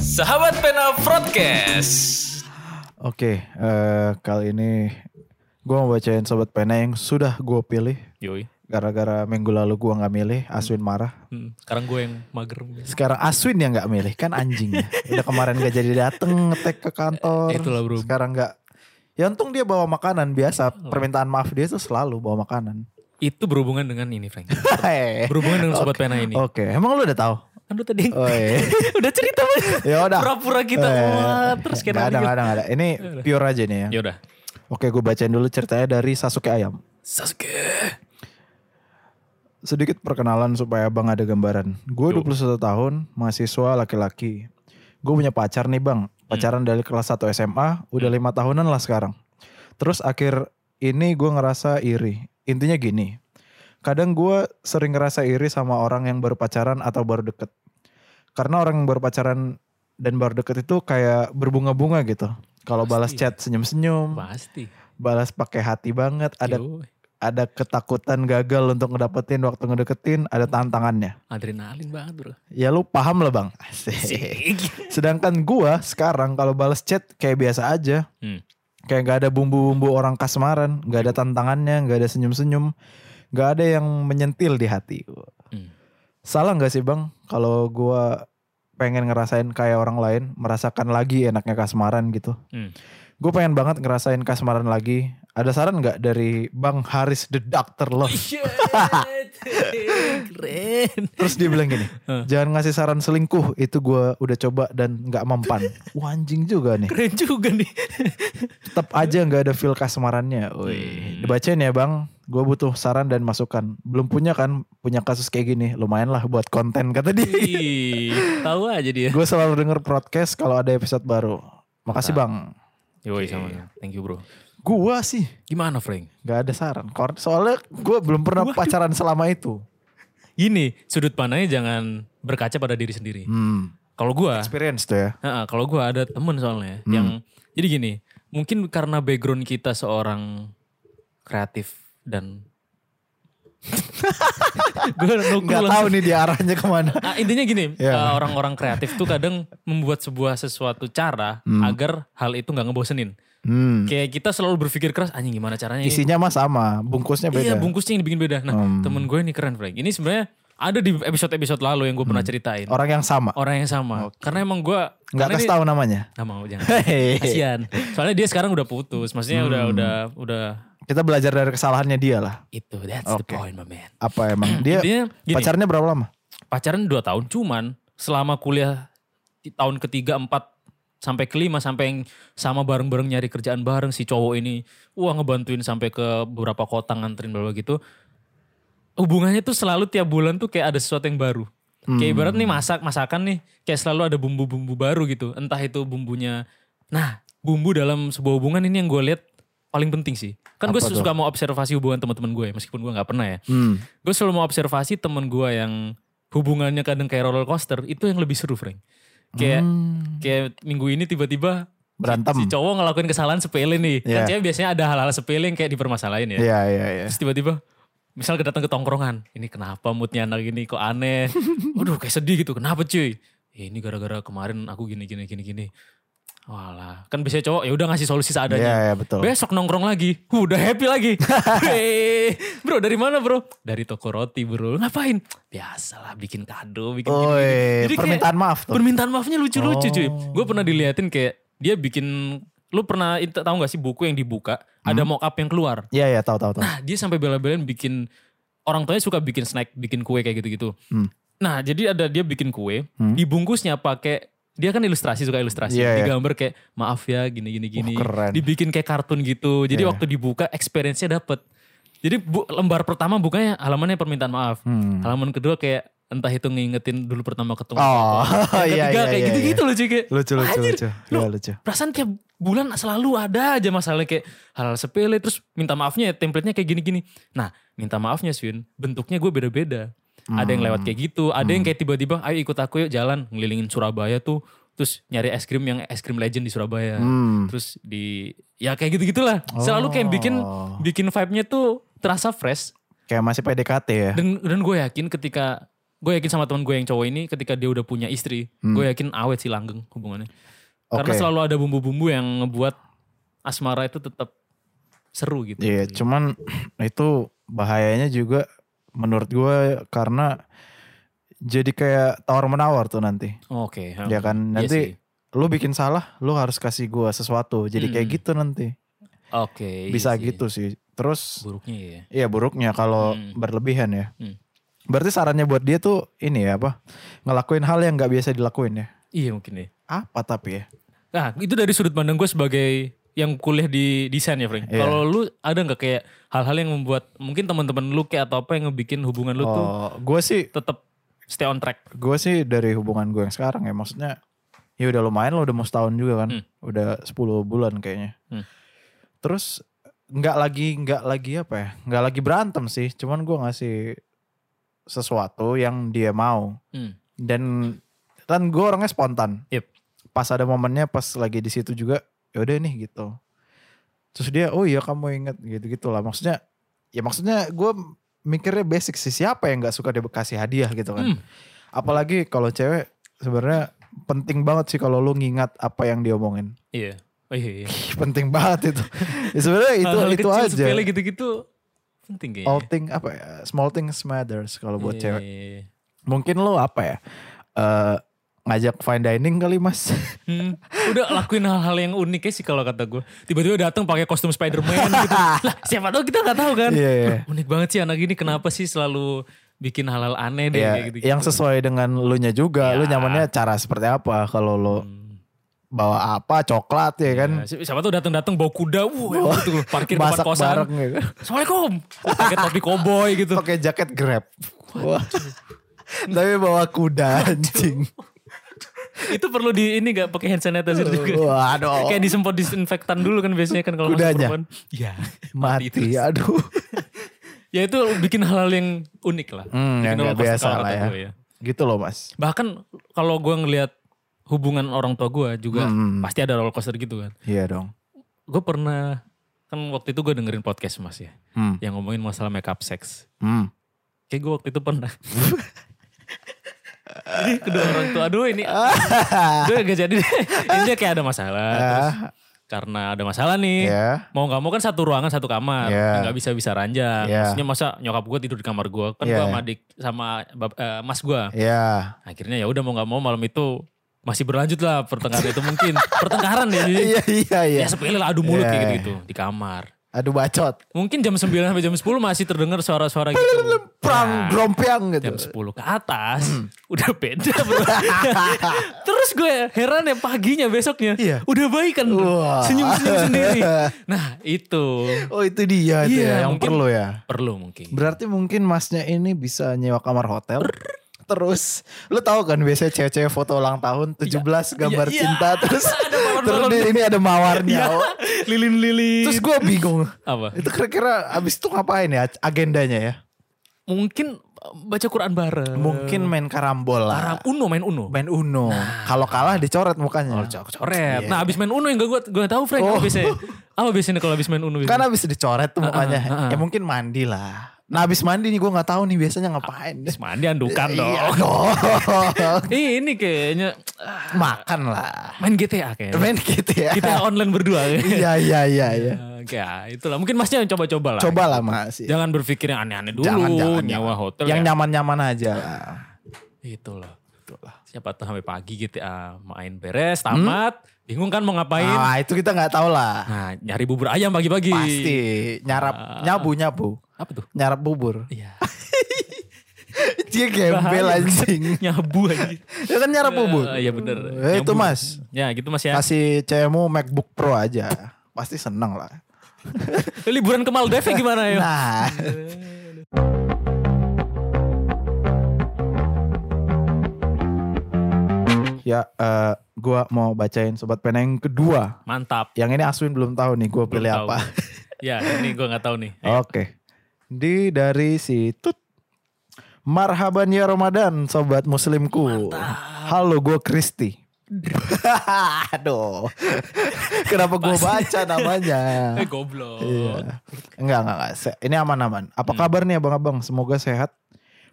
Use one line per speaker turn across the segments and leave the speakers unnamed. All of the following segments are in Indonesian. Sahabat Pena Broadcast.
Oke, eh, kali ini gue mau bacain sobat pena yang sudah gue pilih.
Yoi.
Gara-gara minggu lalu gue nggak milih, Aswin marah.
Hmm, sekarang gue yang mager.
Sekarang Aswin yang nggak milih, kan anjing ya. Udah kemarin gak jadi dateng ngetek ke kantor.
Eh, Itulah, bro. Oh.
Sekarang nggak. Ya untung dia bawa makanan biasa. Permintaan maaf dia tuh selalu bawa makanan.
Itu berhubungan dengan ini, Frank.
Hei.
Berhubungan dengan sobat pena ini.
Oke, emang lu udah tahu?
Kan lu tadi
Oh iya.
udah cerita Bang.
Ya udah.
Pura-pura kita
Eh,
muat, terus gitu. kena
nggak ada, nggak ada, nggak ada. Ini pure aja nih ya.
Ya udah.
Oke, gue bacain dulu ceritanya dari Sasuke Ayam.
Sasuke.
Sedikit perkenalan supaya abang ada gambaran. Gue 21 tahun, mahasiswa laki-laki. Gue punya pacar nih bang. Pacaran dari kelas 1 SMA, udah lima tahunan lah sekarang. Terus akhir ini gue ngerasa iri. Intinya gini, kadang gue sering ngerasa iri sama orang yang baru pacaran atau baru deket. Karena orang yang baru pacaran dan baru deket itu kayak berbunga-bunga gitu. Kalau balas
Pasti.
chat senyum-senyum,
Pasti.
balas pakai hati banget, ada
Yoi.
ada ketakutan gagal untuk ngedapetin waktu ngedeketin ada tantangannya.
adrenalin banget, Bro.
Ya lu paham lah bang. Asik. Sedangkan gua sekarang kalau balas chat kayak biasa aja.
Hmm.
Kayak gak ada bumbu-bumbu orang kasmaran. Gak ada tantangannya, gak ada senyum-senyum. Gak ada yang menyentil di hati.
Hmm.
Salah gak sih bang kalau gua pengen ngerasain kayak orang lain. Merasakan lagi enaknya kasmaran gitu.
Hmm.
Gue pengen banget ngerasain kasmaran lagi. Ada saran gak dari Bang Haris the Doctor Love?
Shit. Keren.
Terus dia bilang gini, jangan ngasih saran selingkuh, itu gua udah coba dan nggak mempan. Wah anjing juga nih,
Keren juga nih.
tetap aja nggak ada feel kasmarannya.
Hmm.
Woi, dibacain ya bang, gua butuh saran dan masukan. Belum punya kan, punya kasus kayak gini, lumayan lah buat konten kata dia.
Ih, Tahu aja dia.
gue selalu denger podcast kalau ada episode baru.
Nah.
Makasih bang.
Yoi sama. Thank you, Bro.
Gua sih
Gimana, Frank?
nggak ada saran, Kor- soalnya gua belum pernah pacaran selama itu.
Gini, sudut pandangnya jangan berkaca pada diri sendiri.
Hmm,
Kalau gua,
experience tuh ya.
heeh, kalau gua ada temen soalnya
Hmm.
yang jadi gini, mungkin karena background kita seorang kreatif dan gua nunggu
Gak
langsung.
tahu nih dia arahnya kemana.
Ah, intinya gini,
Ya.
eh, orang-orang kreatif tuh kadang membuat sebuah sesuatu cara agar hal itu nggak ngebosenin.
Hmm,
Kayak kita selalu berpikir keras, anjing gimana caranya ini
isinya mah sama, bungkusnya
Iya
beda. Hmm.
bungkusnya yang dibikin beda. Nah temen gue ini keren Frank. Ini sebenarnya ada di episode-episode lalu yang gue pernah
Hmm.
ceritain.
Orang yang sama.
Orang yang sama. Karena emang gue.
Nggak
karena
kasih
dia-
tahu namanya.
Nggak mau jangan.
Hehehe.
Kasian. Soalnya dia sekarang udah putus. Maksudnya udah
Hmm.
udah udah
Kita belajar dari kesalahannya dia lah.
itu. That's the point my man.
Apa emang
Hmm,
dia
Intinya gini.
pacarnya berapa lama?
Pacaran 2 tahun cuman selama kuliah di tahun ketiga empat sampai kelima sampai yang sama bareng-bareng nyari kerjaan bareng si cowok ini wah ngebantuin sampai ke beberapa kota nganterin berapa gitu hubungannya tuh selalu tiap bulan tuh kayak ada sesuatu yang baru. Kayak ibarat nih masak masakan nih kayak selalu ada bumbu-bumbu baru gitu. Entah itu bumbunya. Nah bumbu dalam sebuah hubungan ini yang gue lihat paling penting sih. Kan gue suka mau observasi hubungan teman-teman gue ya, meskipun gue nggak pernah ya. Gue selalu mau observasi temen gue yang hubungannya kadang kayak roller coaster itu yang lebih seru, Frank. Kayak kayak minggu ini tiba-tiba si
Hmm. Berantem.
cowok ngelakuin kesalahan sepele nih. Kan
Iya.
cewek biasanya ada hal-hal sepele yang kayak dipermasalahin ya.
Iya iya iya.
Terus tiba-tiba misal kita datang ke tongkrongan. Ini kenapa moodnya anak ini kok aneh. Aduh kayak sedih gitu. Kenapa cuy? Ini gara-gara kemarin aku gini gini gini gini. Walah, kan biasanya cowok ya udah ngasih solusi
Iya
seadanya.
iya betul.
Besok nongkrong lagi, Huh, udah happy lagi. Weh, bro dari mana bro? Dari toko roti bro. Ngapain? Biasalah bikin kado, bikin gini,
Oi,
gini. Jadi kayak
permintaan maaf tuh.
Permintaan maafnya lucu-lucu cuy. Gue pernah diliatin kayak dia bikin, lu pernah itu tahu gak sih buku yang dibuka ada mock up yang keluar.
Iya iya tahu tahu tahu.
Nah dia sampai bela-belain bikin orang tuanya suka bikin snack, bikin kue kayak gitu-gitu.
Hmm.
Nah jadi ada dia bikin kue, dibungkusnya pakai dia kan ilustrasi suka ilustrasi,
Iya, iya.
digambar kayak maaf ya gini gini gini,
Wah, keren. Iya,
dibikin kayak kartun gitu. Jadi waktu dibuka experience-nya dapet. Jadi bu- lembar pertama bukanya halamannya permintaan maaf,
Hmm.
halaman kedua kayak entah itu ngingetin dulu pertama ketemu.
Oh
Yang ketiga
iya iya
kayak
iya.
gitu-gitu
iya.
loh cuy kayak,
Lucu lucu
anjir,
lucu.
lu
Iya lucu.
perasaan tiap bulan selalu ada aja masalah kayak hal-hal sepele terus minta maafnya ya template-nya kayak gini-gini. Nah, minta maafnya Swin, bentuknya gue beda-beda. Ada yang lewat kayak gitu, ada yang kayak tiba-tiba ayo ikut aku yuk jalan ngelilingin Surabaya tuh terus nyari es krim yang es krim legend di Surabaya.
Hmm.
Terus di ya kayak gitu-gitulah. Selalu kayak bikin bikin vibe-nya tuh terasa fresh
Kayak masih PDKT ya.
dan dan gue yakin ketika gue yakin sama teman gue yang cowok ini ketika dia udah punya istri,
Hmm.
gue yakin awet sih langgeng hubungannya. Karena
Oke.
selalu ada bumbu-bumbu yang ngebuat asmara itu tetap seru gitu.
Iya, cuman itu bahayanya juga menurut gue karena jadi kayak tawar menawar tuh nanti.
Oke. ha.
Ya kan
Iya sih.
nanti lu bikin salah, lu harus kasih gua sesuatu. Jadi kayak
Mm.
gitu nanti.
Oke. iya
Bisa
sih.
gitu sih. Terus
Buruknya ya.
iya buruknya kalau
Mm.
berlebihan ya.
Mm.
Berarti sarannya buat dia tuh ini ya apa? Ngelakuin hal yang nggak biasa dilakuin ya.
Iya mungkin ya.
Apa tapi ya?
Nah itu dari sudut pandang gue sebagai yang kuliah di desain ya Frank.
Iya.
Kalau lu ada nggak kayak hal-hal yang membuat mungkin teman-teman lu kayak atau apa yang ngebikin hubungan lu tuh
Oh, gue sih
tetap stay on track.
gue sih dari hubungan gue yang sekarang ya maksudnya ya udah lumayan lo udah mau setahun juga kan
Hmm.
udah 10 bulan kayaknya
Hmm.
terus nggak lagi nggak lagi apa ya nggak lagi berantem sih cuman gue ngasih sesuatu yang dia mau
Hmm.
dan kan gue orangnya spontan
Yep.
pas ada momennya pas lagi di situ juga yaudah nih gitu terus dia oh iya kamu inget gitu gitulah maksudnya ya maksudnya gue mikirnya basic sih siapa yang nggak suka dia kasih hadiah gitu kan
Hmm.
apalagi kalau cewek sebenarnya penting banget sih kalau lu ngingat apa yang diomongin
Iya. Oh, iya, iya.
penting banget itu Ya sebenarnya itu
Hal-hal
itu
kecil,
aja
sepele gitu. gitu-gitu penting kayaknya.
all thing apa ya small things matters kalau buat
Iya,
cewek
iya, iya.
mungkin lu apa ya Eh ngajak fine dining kali mas
Hmm. Udah lakuin hal-hal yang unik aja sih kalau kata gue. Tiba-tiba datang pakai kostum Spider-Man gitu. lah siapa tahu kita nggak tahu kan.
Iya, iya.
Loh, Unik banget sih anak ini kenapa sih selalu bikin hal-hal aneh deh
ya
kayak gitu.
yang sesuai dengan lu nya juga lu
Ya.
nyamannya cara seperti apa kalau lu
Hmm.
bawa apa coklat ya kan
Nah, si- siapa tahu datang-datang bawa kuda, wuh, gitu, parkir di depan
masak
kosan.
bareng ya kan
Assalamualaikum. Pakai topi koboi gitu.
pakai jaket grab Wah. tapi bawa kuda anjing
Itu perlu di ini gak pakai hand sanitizer juga.
waduh
Kayak disemprot disinfektan dulu kan biasanya kan kalau masuk
Kudanya.
perempuan. Iya.
mati aduh
Ya itu bikin hal-hal yang unik lah.
Hmm, yang
Bikin
nggak
roller coaster
biasa
kalau
lah
kata
ya.
gue ya.
gitu loh mas
Bahkan kalau gue ngelihat hubungan orang tua gue juga
Hmm.
pasti ada roller coaster gitu kan.
iya dong
Gue pernah kan waktu itu gue dengerin podcast mas ya
hmm.
yang ngomongin masalah makeup sex.
hmm.
Kayak gue waktu itu pernah. Jadi kedua orang tua, aduh ini gue gak jadi deh. Intinya kayak ada masalah. Nah,
Ah.
Terus karena ada masalah nih.
ya
Mau gak mau kan satu ruangan, satu kamar.
Iya.
Gak bisa-bisa ranjang.
Iya.
Maksudnya masa nyokap gue tidur di kamar gue. Kan
Iya,
gue
iya.
sama adik, sama bab- eh, mas gue.
ya
Akhirnya ya udah mau gak mau malam itu masih berlanjut lah pertengkaran itu mungkin. Pertengkaran ya. jadi-
iya iya iya
Ya sepele lah adu mulut
Iya,
kayak
iya.
gitu-gitu di kamar.
aduh bacot
Mungkin jam 9 sampai jam 10 masih terdengar suara-suara gitu. Nah,
prang grompiang
jam
gitu
10 ke atas udah beda bro. Terus gue heran ya paginya besoknya
Iya.
udah baik kan
Wah.
senyum-senyum sendiri. Nah itu
oh itu dia itu
Iya,
ya, yang
mungkin-
perlu ya
perlu mungkin.
Berarti mungkin masnya ini bisa nyewa kamar hotel. Terus lu tahu kan biasanya cewek-cewek foto ulang tahun 17 gambar
Iya, iya.
cinta terus
Ada mawar-mawar.
terus di- ini ada mawarnya. oh.
Lilin-lilin.
Terus gue bingung.
apa?
Itu kira-kira abis itu ngapain ya agendanya ya?
Mungkin baca Quran bareng.
Mungkin main karambol
Arab
lah.
Uno main Uno.
Main Uno. Kalau kalah dicoret mukanya. Iya.
Coret. Nah abis main Uno yang gue gue tahu Frank
Oh.
apa biasanya. Apa biasanya kalau abis main Uno?
Kan
biasanya?
abis dicoret tuh mukanya. Ya mungkin mandi lah. Nah abis mandi nih gue nggak tahu nih biasanya ngapain.
Abis mandi andukan dong.
Iya dong.
Ih, ini kayaknya ah,
Makan lah.
main GTA kayaknya.
Main gitu ya.
Kita online berdua. kayaknya.
Iya iya iya iya.
Oke, ya, itulah mungkin masnya yang coba-coba lah.
Coba lah Mas.
Jangan berpikir yang aneh-aneh dulu.
Jangan, jangan,
nyawa hotel.
Yang
ya.
nyaman-nyaman aja lah.
Itu loh. Siapa tahu sampai pagi GTA main beres, tamat, bingung kan mau ngapain.
Hmm? Ah, itu kita nggak tahu lah.
Nah, nyari bubur ayam pagi-pagi.
Pasti nyarap nyabu nyabu.
Apa tuh?
Nyarap bubur.
Iya.
Dia gembel
Bahaya.
anjing.
Nyabu aja.
Dia kan nyarap bubur.
Eh, Iya bener.
Eh, itu
Nyabu.
Mas.
Ya gitu Mas ya.
Kasih cewekmu MacBook Pro aja. Pasti seneng lah.
Liburan ke Maldives gimana ya?
Nah, ya eh, gua mau bacain sobat pena yang kedua.
Mantap.
Yang ini Aswin belum tahu nih gua
Belum
pilih
tahu.
apa.
Ya ini gue gak tahu nih.
Oke. Di dari si Tut. Marhaban ya Ramadan sobat muslimku. Halo gue Kristi. Aduh. Kenapa gue baca namanya?
Eh goblok. Iya. Hmm.
Iya. Enggak, enggak, enggak. Se- Ini aman-aman. Apa kabar nih abang-abang? Semoga sehat.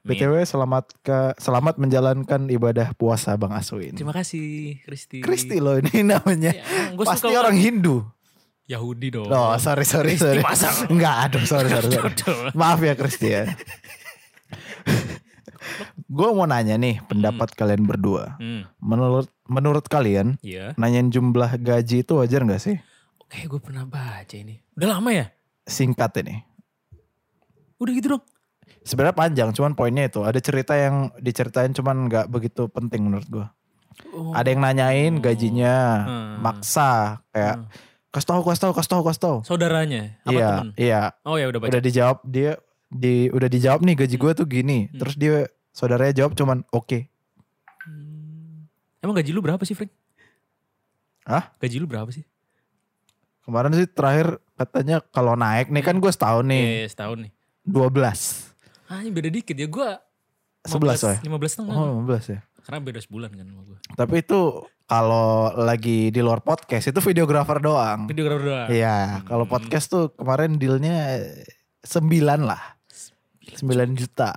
BTW selamat ke selamat menjalankan ibadah puasa Bang Aswin.
Terima kasih Kristi.
Kristi loh ini namanya.
Ya, gua
Pasti
suka
orang Hindu.
Yahudi dong.
Oh, sorry sorry sorry.
pasang.
Enggak, aduh sorry sorry. sorry.
Aduh.
Maaf ya Kristi ya. Gue mau nanya nih pendapat kalian berdua.
Hmm,
Menurut menurut kalian
iya.
nanyain jumlah gaji itu wajar nggak sih?
Oke, gue pernah baca ini. Udah lama ya?
Singkat ini.
Udah gitu dong.
Sebenarnya panjang, cuman poinnya itu ada cerita yang diceritain cuman nggak begitu penting menurut gue.
Oh.
Ada yang nanyain gajinya,
Hmm.
maksa kayak
Hmm.
kasih tahu, kasih tahu, kasih tahu, kasih tahu.
saudaranya apa
Iya,
temen?
iya.
Oh ya udah baca.
Udah dijawab dia di udah dijawab nih gaji gue tuh gini.
Hmm.
Terus dia saudaranya jawab cuman oke.
Hmm. Emang gaji lu berapa sih, Frank?
Hah?
Gaji lu berapa sih?
Kemarin sih terakhir katanya kalau naik nih kan gue setahun nih
Iya, iya, setahun nih.
12.
Ah, ini beda dikit ya. Gua
11 soalnya.
15 setengah.
Oh, 15 ya.
Karena beda sebulan kan sama gua.
Tapi itu kalau lagi di luar podcast itu videografer doang.
Video berapa doang?
Iya, kalau
Hmm.
podcast tuh kemarin dealnya 9 lah. 9 juta.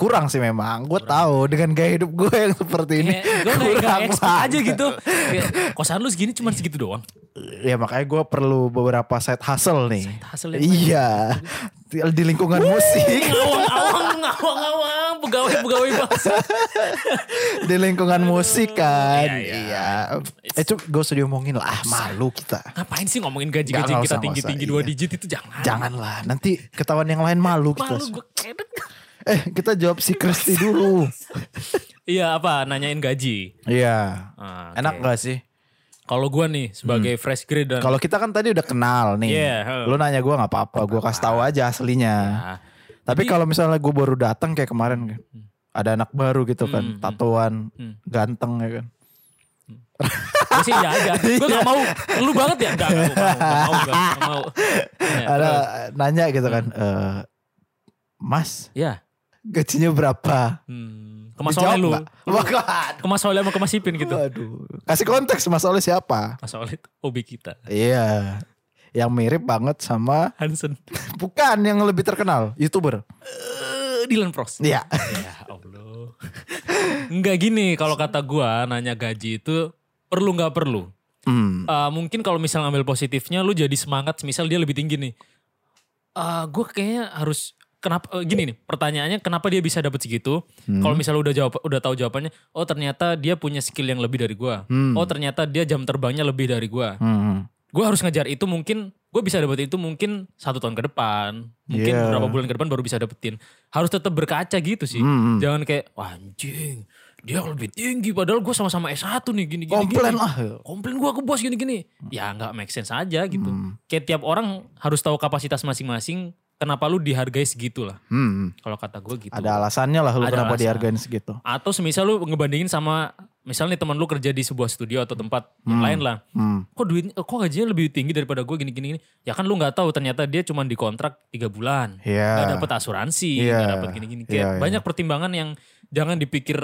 Kurang sih memang, gue tahu dengan gaya hidup gue yang seperti ini.
Kayak gue kayak gak
kurang
expect aja
banget.
gitu. Kayak, kosan lu segini cuman segitu doang.
Ya makanya gue perlu beberapa side hustle nih.
Hasilnya
Iya, di di lingkungan musik,
Ngawang-ngawang, ngawang-ngawang, pegawai-pegawai bahasa.
di lingkungan musik kan.
Iya, iya.
Iya. Eh, itu gue usah diomongin lah, ah, malu kita.
Ngapain sih ngomongin
Nggak,
gaji-gaji
nggak
kita
usah, nggak
tinggi-tinggi
usah,
dua
iya.
digit itu jangan.
Janganlah, nanti ketahuan yang lain malu kita.
Malu gue kedek.
Eh, kita jawab si Kristi dulu.
Iya apa, nanyain gaji.
Iya.
Ah, oke.
Enak gak sih?
Kalau gue nih sebagai fresh grade dan
Kalau kita kan tadi udah kenal nih.
Iya, heeh.
Lu nanya gue nggak apa-apa, gue kasih tahu aja aslinya.
Ah,
Tapi
Jadi-
kalau misalnya gue baru datang kayak kemarin kan. Ada anak baru gitu kan,
Hmm, hmm.
tatoan,
Hmm.
ganteng ya kan.
Gue sih iya aja. Gue gak mau. Lu banget ya? Enggak, gak mau. Gak mau. Gak mau. Gak mau. Ya,
Ada
terus. Hmm.
nanya gitu kan, "Eh, Mas,
Ya.
gajinya berapa?
Hmm. Kemas
Dijawab
oleh lu.
nggak? Iya. Waduh.
Kemas oleh sama kemas ipin gitu.
Waduh. Kasih konteks Mas Oleh siapa?
Mas oleh itu hobi kita.
Iya. Yang mirip banget sama
Hansen.
bukan yang lebih terkenal, YouTuber.
Eh, Dylan Pros.
Iya.
Ya Allah. Enggak gini. Kalau kata gua nanya gaji itu perlu nggak perlu.
Hmm.
Eh, mungkin kalau misal ngambil positifnya lu jadi semangat misal dia lebih tinggi nih Eh, gue kayaknya harus kenapa eh, gini nih pertanyaannya kenapa dia bisa dapat segitu
Hmm.
kalau misal lu udah jawab udah tahu jawabannya oh ternyata dia punya skill yang lebih dari gua
Hmm.
oh ternyata dia jam terbangnya lebih dari gua
Hmm.
gue harus ngejar itu mungkin gue bisa dapat itu mungkin satu tahun ke depan mungkin
Iya.
beberapa bulan ke depan baru bisa dapetin harus tetap berkaca gitu sih
Hmm.
jangan kayak "Wah, anjing dia lebih tinggi padahal gue sama-sama S1 nih gini gini gini."
Komplain lah.
komplain gua ke bos gini-gini. Ya nggak make sense aja gitu.
Hmm.
Kayak tiap orang harus tahu kapasitas masing-masing. Kenapa lu dihargai segitu lah.
Hmm.
Kalau kata gue gitu.
Ada alasannya lah lu
Ada
kenapa
alasan.
dihargain segitu.
Atau semisal lu ngebandingin sama. Misal nih teman lu kerja di sebuah studio atau tempat yang lain lah.
Hmm.
Kok duitnya, kok gajinya lebih tinggi daripada gue gini-gini. gini?" Ya kan lu nggak tahu ternyata dia cuma dikontrak tiga bulan.
Iya.
Nggak dapet asuransi.
Iya.
Nggak dapet gini-gini. Kayak
Iya, iya.
banyak pertimbangan yang jangan dipikir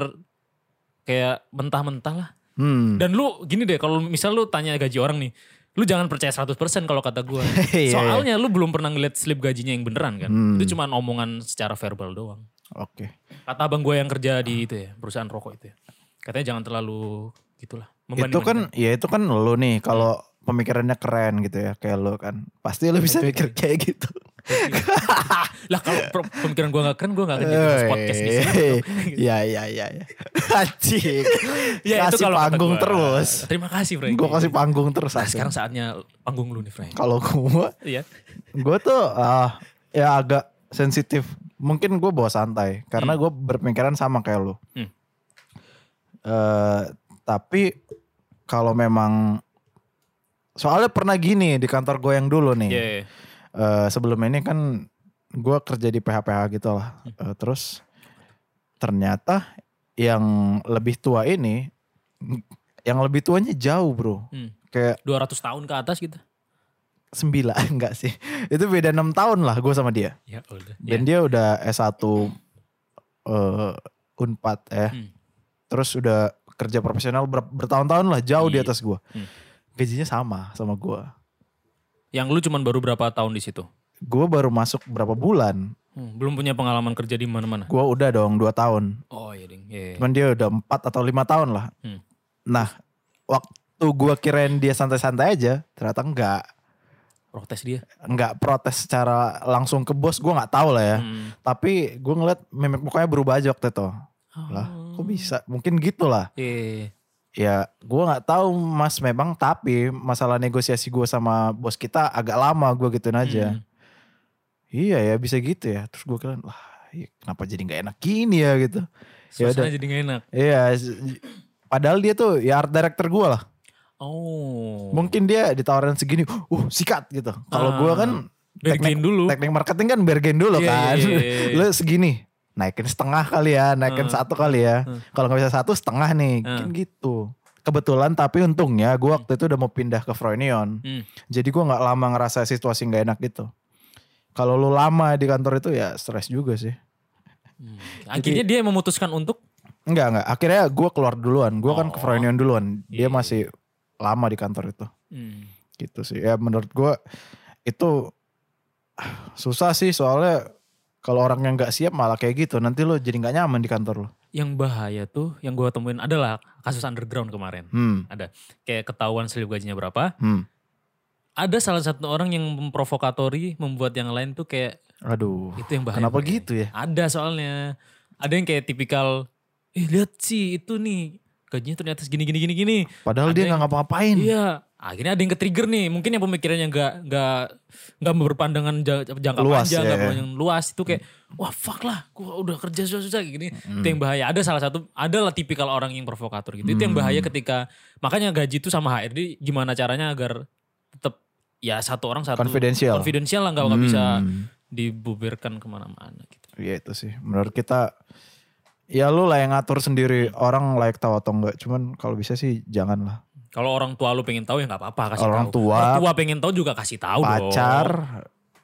kayak mentah-mentah lah.
Hmm.
Dan lu gini deh kalau misal lu tanya gaji orang nih, lu jangan percaya 100% kalau kata gua.
Iya,
Soalnya lu belum pernah ngeliat slip gajinya yang beneran kan.
Hmm.
Itu cuma omongan secara verbal doang.
Oke.
Kata abang gua yang kerja di itu ya, perusahaan rokok itu ya. Katanya jangan terlalu gitulah.
Itu kan ya itu kan lu nih kalau pemikirannya keren gitu ya kayak lu kan. Pasti lu bisa mikir kayak gitu.
lah kalau per- pemikiran gua gak keren gua gak akan jadi host podcast di sini. gitu.
Iya iya iya. iya. Anjing.
Ya, itu
Kasih
kalau kata
panggung
gua.
terus.
Terima kasih Frank.
Gue kasih panggung terus.
Nah,
asli.
sekarang saatnya panggung lu nih Frank.
Kalau gue,
Iya.
gue tuh ah, ya agak sensitif. Mungkin gue bawa santai karena gue berpikiran sama kayak lu.
Hmm.
Eh, tapi kalau memang soalnya pernah gini di kantor gue yang dulu nih.
Iya. iya.
Eh, sebelum ini kan gue kerja di PH-PH gitu lah. Eh, terus ternyata yang lebih tua ini, yang lebih tuanya jauh bro.
Hmm.
Kayak
200 tahun ke atas gitu.
sembilan enggak sih. Itu beda enam tahun lah gue sama dia.
Ya udah.
Dan dia udah S1 eh Unpad ya.
Hmm.
Terus udah kerja profesional ber- bertahun-tahun lah jauh di
Iya.
atas gua.
Hmm.
Gajinya sama sama gua.
Yang lu cuman baru berapa tahun di situ?
Gua baru masuk berapa bulan.
Hmm, belum punya pengalaman kerja di mana-mana.
Gua udah dong 2 tahun.
Oh iya ding. Iya, iya.
Cuman dia udah 4 atau 5 tahun lah.
Hmm.
Nah, waktu gua kirain dia santai-santai aja, ternyata enggak.
Protes dia.
Enggak protes secara langsung ke bos, gua nggak tahu lah ya.
Hmm.
Tapi gua ngeliat memek mukanya berubah aja waktu itu. Lah,
Oh.
kok bisa? Mungkin gitu lah.
Iya, iya, iya.
Ya, gua nggak tahu Mas memang tapi masalah negosiasi gua sama bos kita agak lama gua gituin aja.
Hmm.
Iya ya bisa gitu ya. Terus gue kira lah iya, kenapa jadi nggak enak gini ya gitu. Ya
Suasana jadi gak enak.
Iya. s- Padahal dia tuh ya art director gue lah.
Oh.
Mungkin dia ditawarin segini, uh sikat gitu. Kalau gua
Ah,
kan
Bergen dulu.
teknik marketing kan bergen dulu
Iya,
kan.
iya, iya, iya.
Lu segini naikin setengah kali ya, naikin
Ah.
satu kali ya.
Ah.
Kalau nggak bisa satu setengah nih,
Ah.
kan gitu. Kebetulan tapi untungnya gua waktu itu udah mau pindah ke Froynion.
Hmm.
Jadi gua nggak lama ngerasa situasi nggak enak gitu. Kalau lu lama di kantor itu ya stres juga sih.
Hmm. Akhirnya dia yang memutuskan untuk
Enggak, enggak. Akhirnya gue keluar duluan. Gue kan
Oh.
ke Froynion duluan.
Iya.
Dia masih lama di kantor itu.
Hmm.
Gitu sih. Ya menurut gue itu ah, susah sih soalnya kalau orang yang nggak siap malah kayak gitu. Nanti lo jadi nggak nyaman di kantor lo.
yang bahaya tuh yang gue temuin adalah kasus underground kemarin.
Hmm.
Kayak ketahuan selip gajinya berapa.
Hmm.
Ada salah satu orang yang memprovokatori membuat yang lain tuh kayak
Aduh.
itu yang bahaya.
Kenapa
kayaknya.
gitu ya?
Ada soalnya. Ada yang kayak tipikal, eh lihat sih itu nih gajinya ternyata segini gini gini gini.
Padahal dia
Ada
nggak ngapa-ngapain.
Iya. Akhirnya ada yang ke-trigger nih. Mungkin yang pemikirannya nggak nggak nggak berpandangan ja- jangka
Luas,
panjang,
ya, Hmm.
nggak
ya.
panjang luas itu kayak wah fuck lah, gua udah kerja susah-susah kayak gini. Itu
Hmm.
yang bahaya. Ada salah satu adalah tipikal orang yang provokator gitu. Itu yang bahaya ketika makanya gaji itu sama HRD gimana caranya agar tetap ya satu orang satu
Confidential.
confidential lah nggak nggak bisa
Hmm.
dibubarkan kemana-mana gitu.
Iya itu sih. Menurut kita ya lu lah yang ngatur sendiri orang layak tahu atau enggak. Cuman kalau bisa sih jangan lah.
Kalau orang tua lu pengen tahu ya nggak apa-apa kasih
Orang
tahu.
tua.
Orang tua pengen tahu juga kasih tahu Oh, dong.
pacar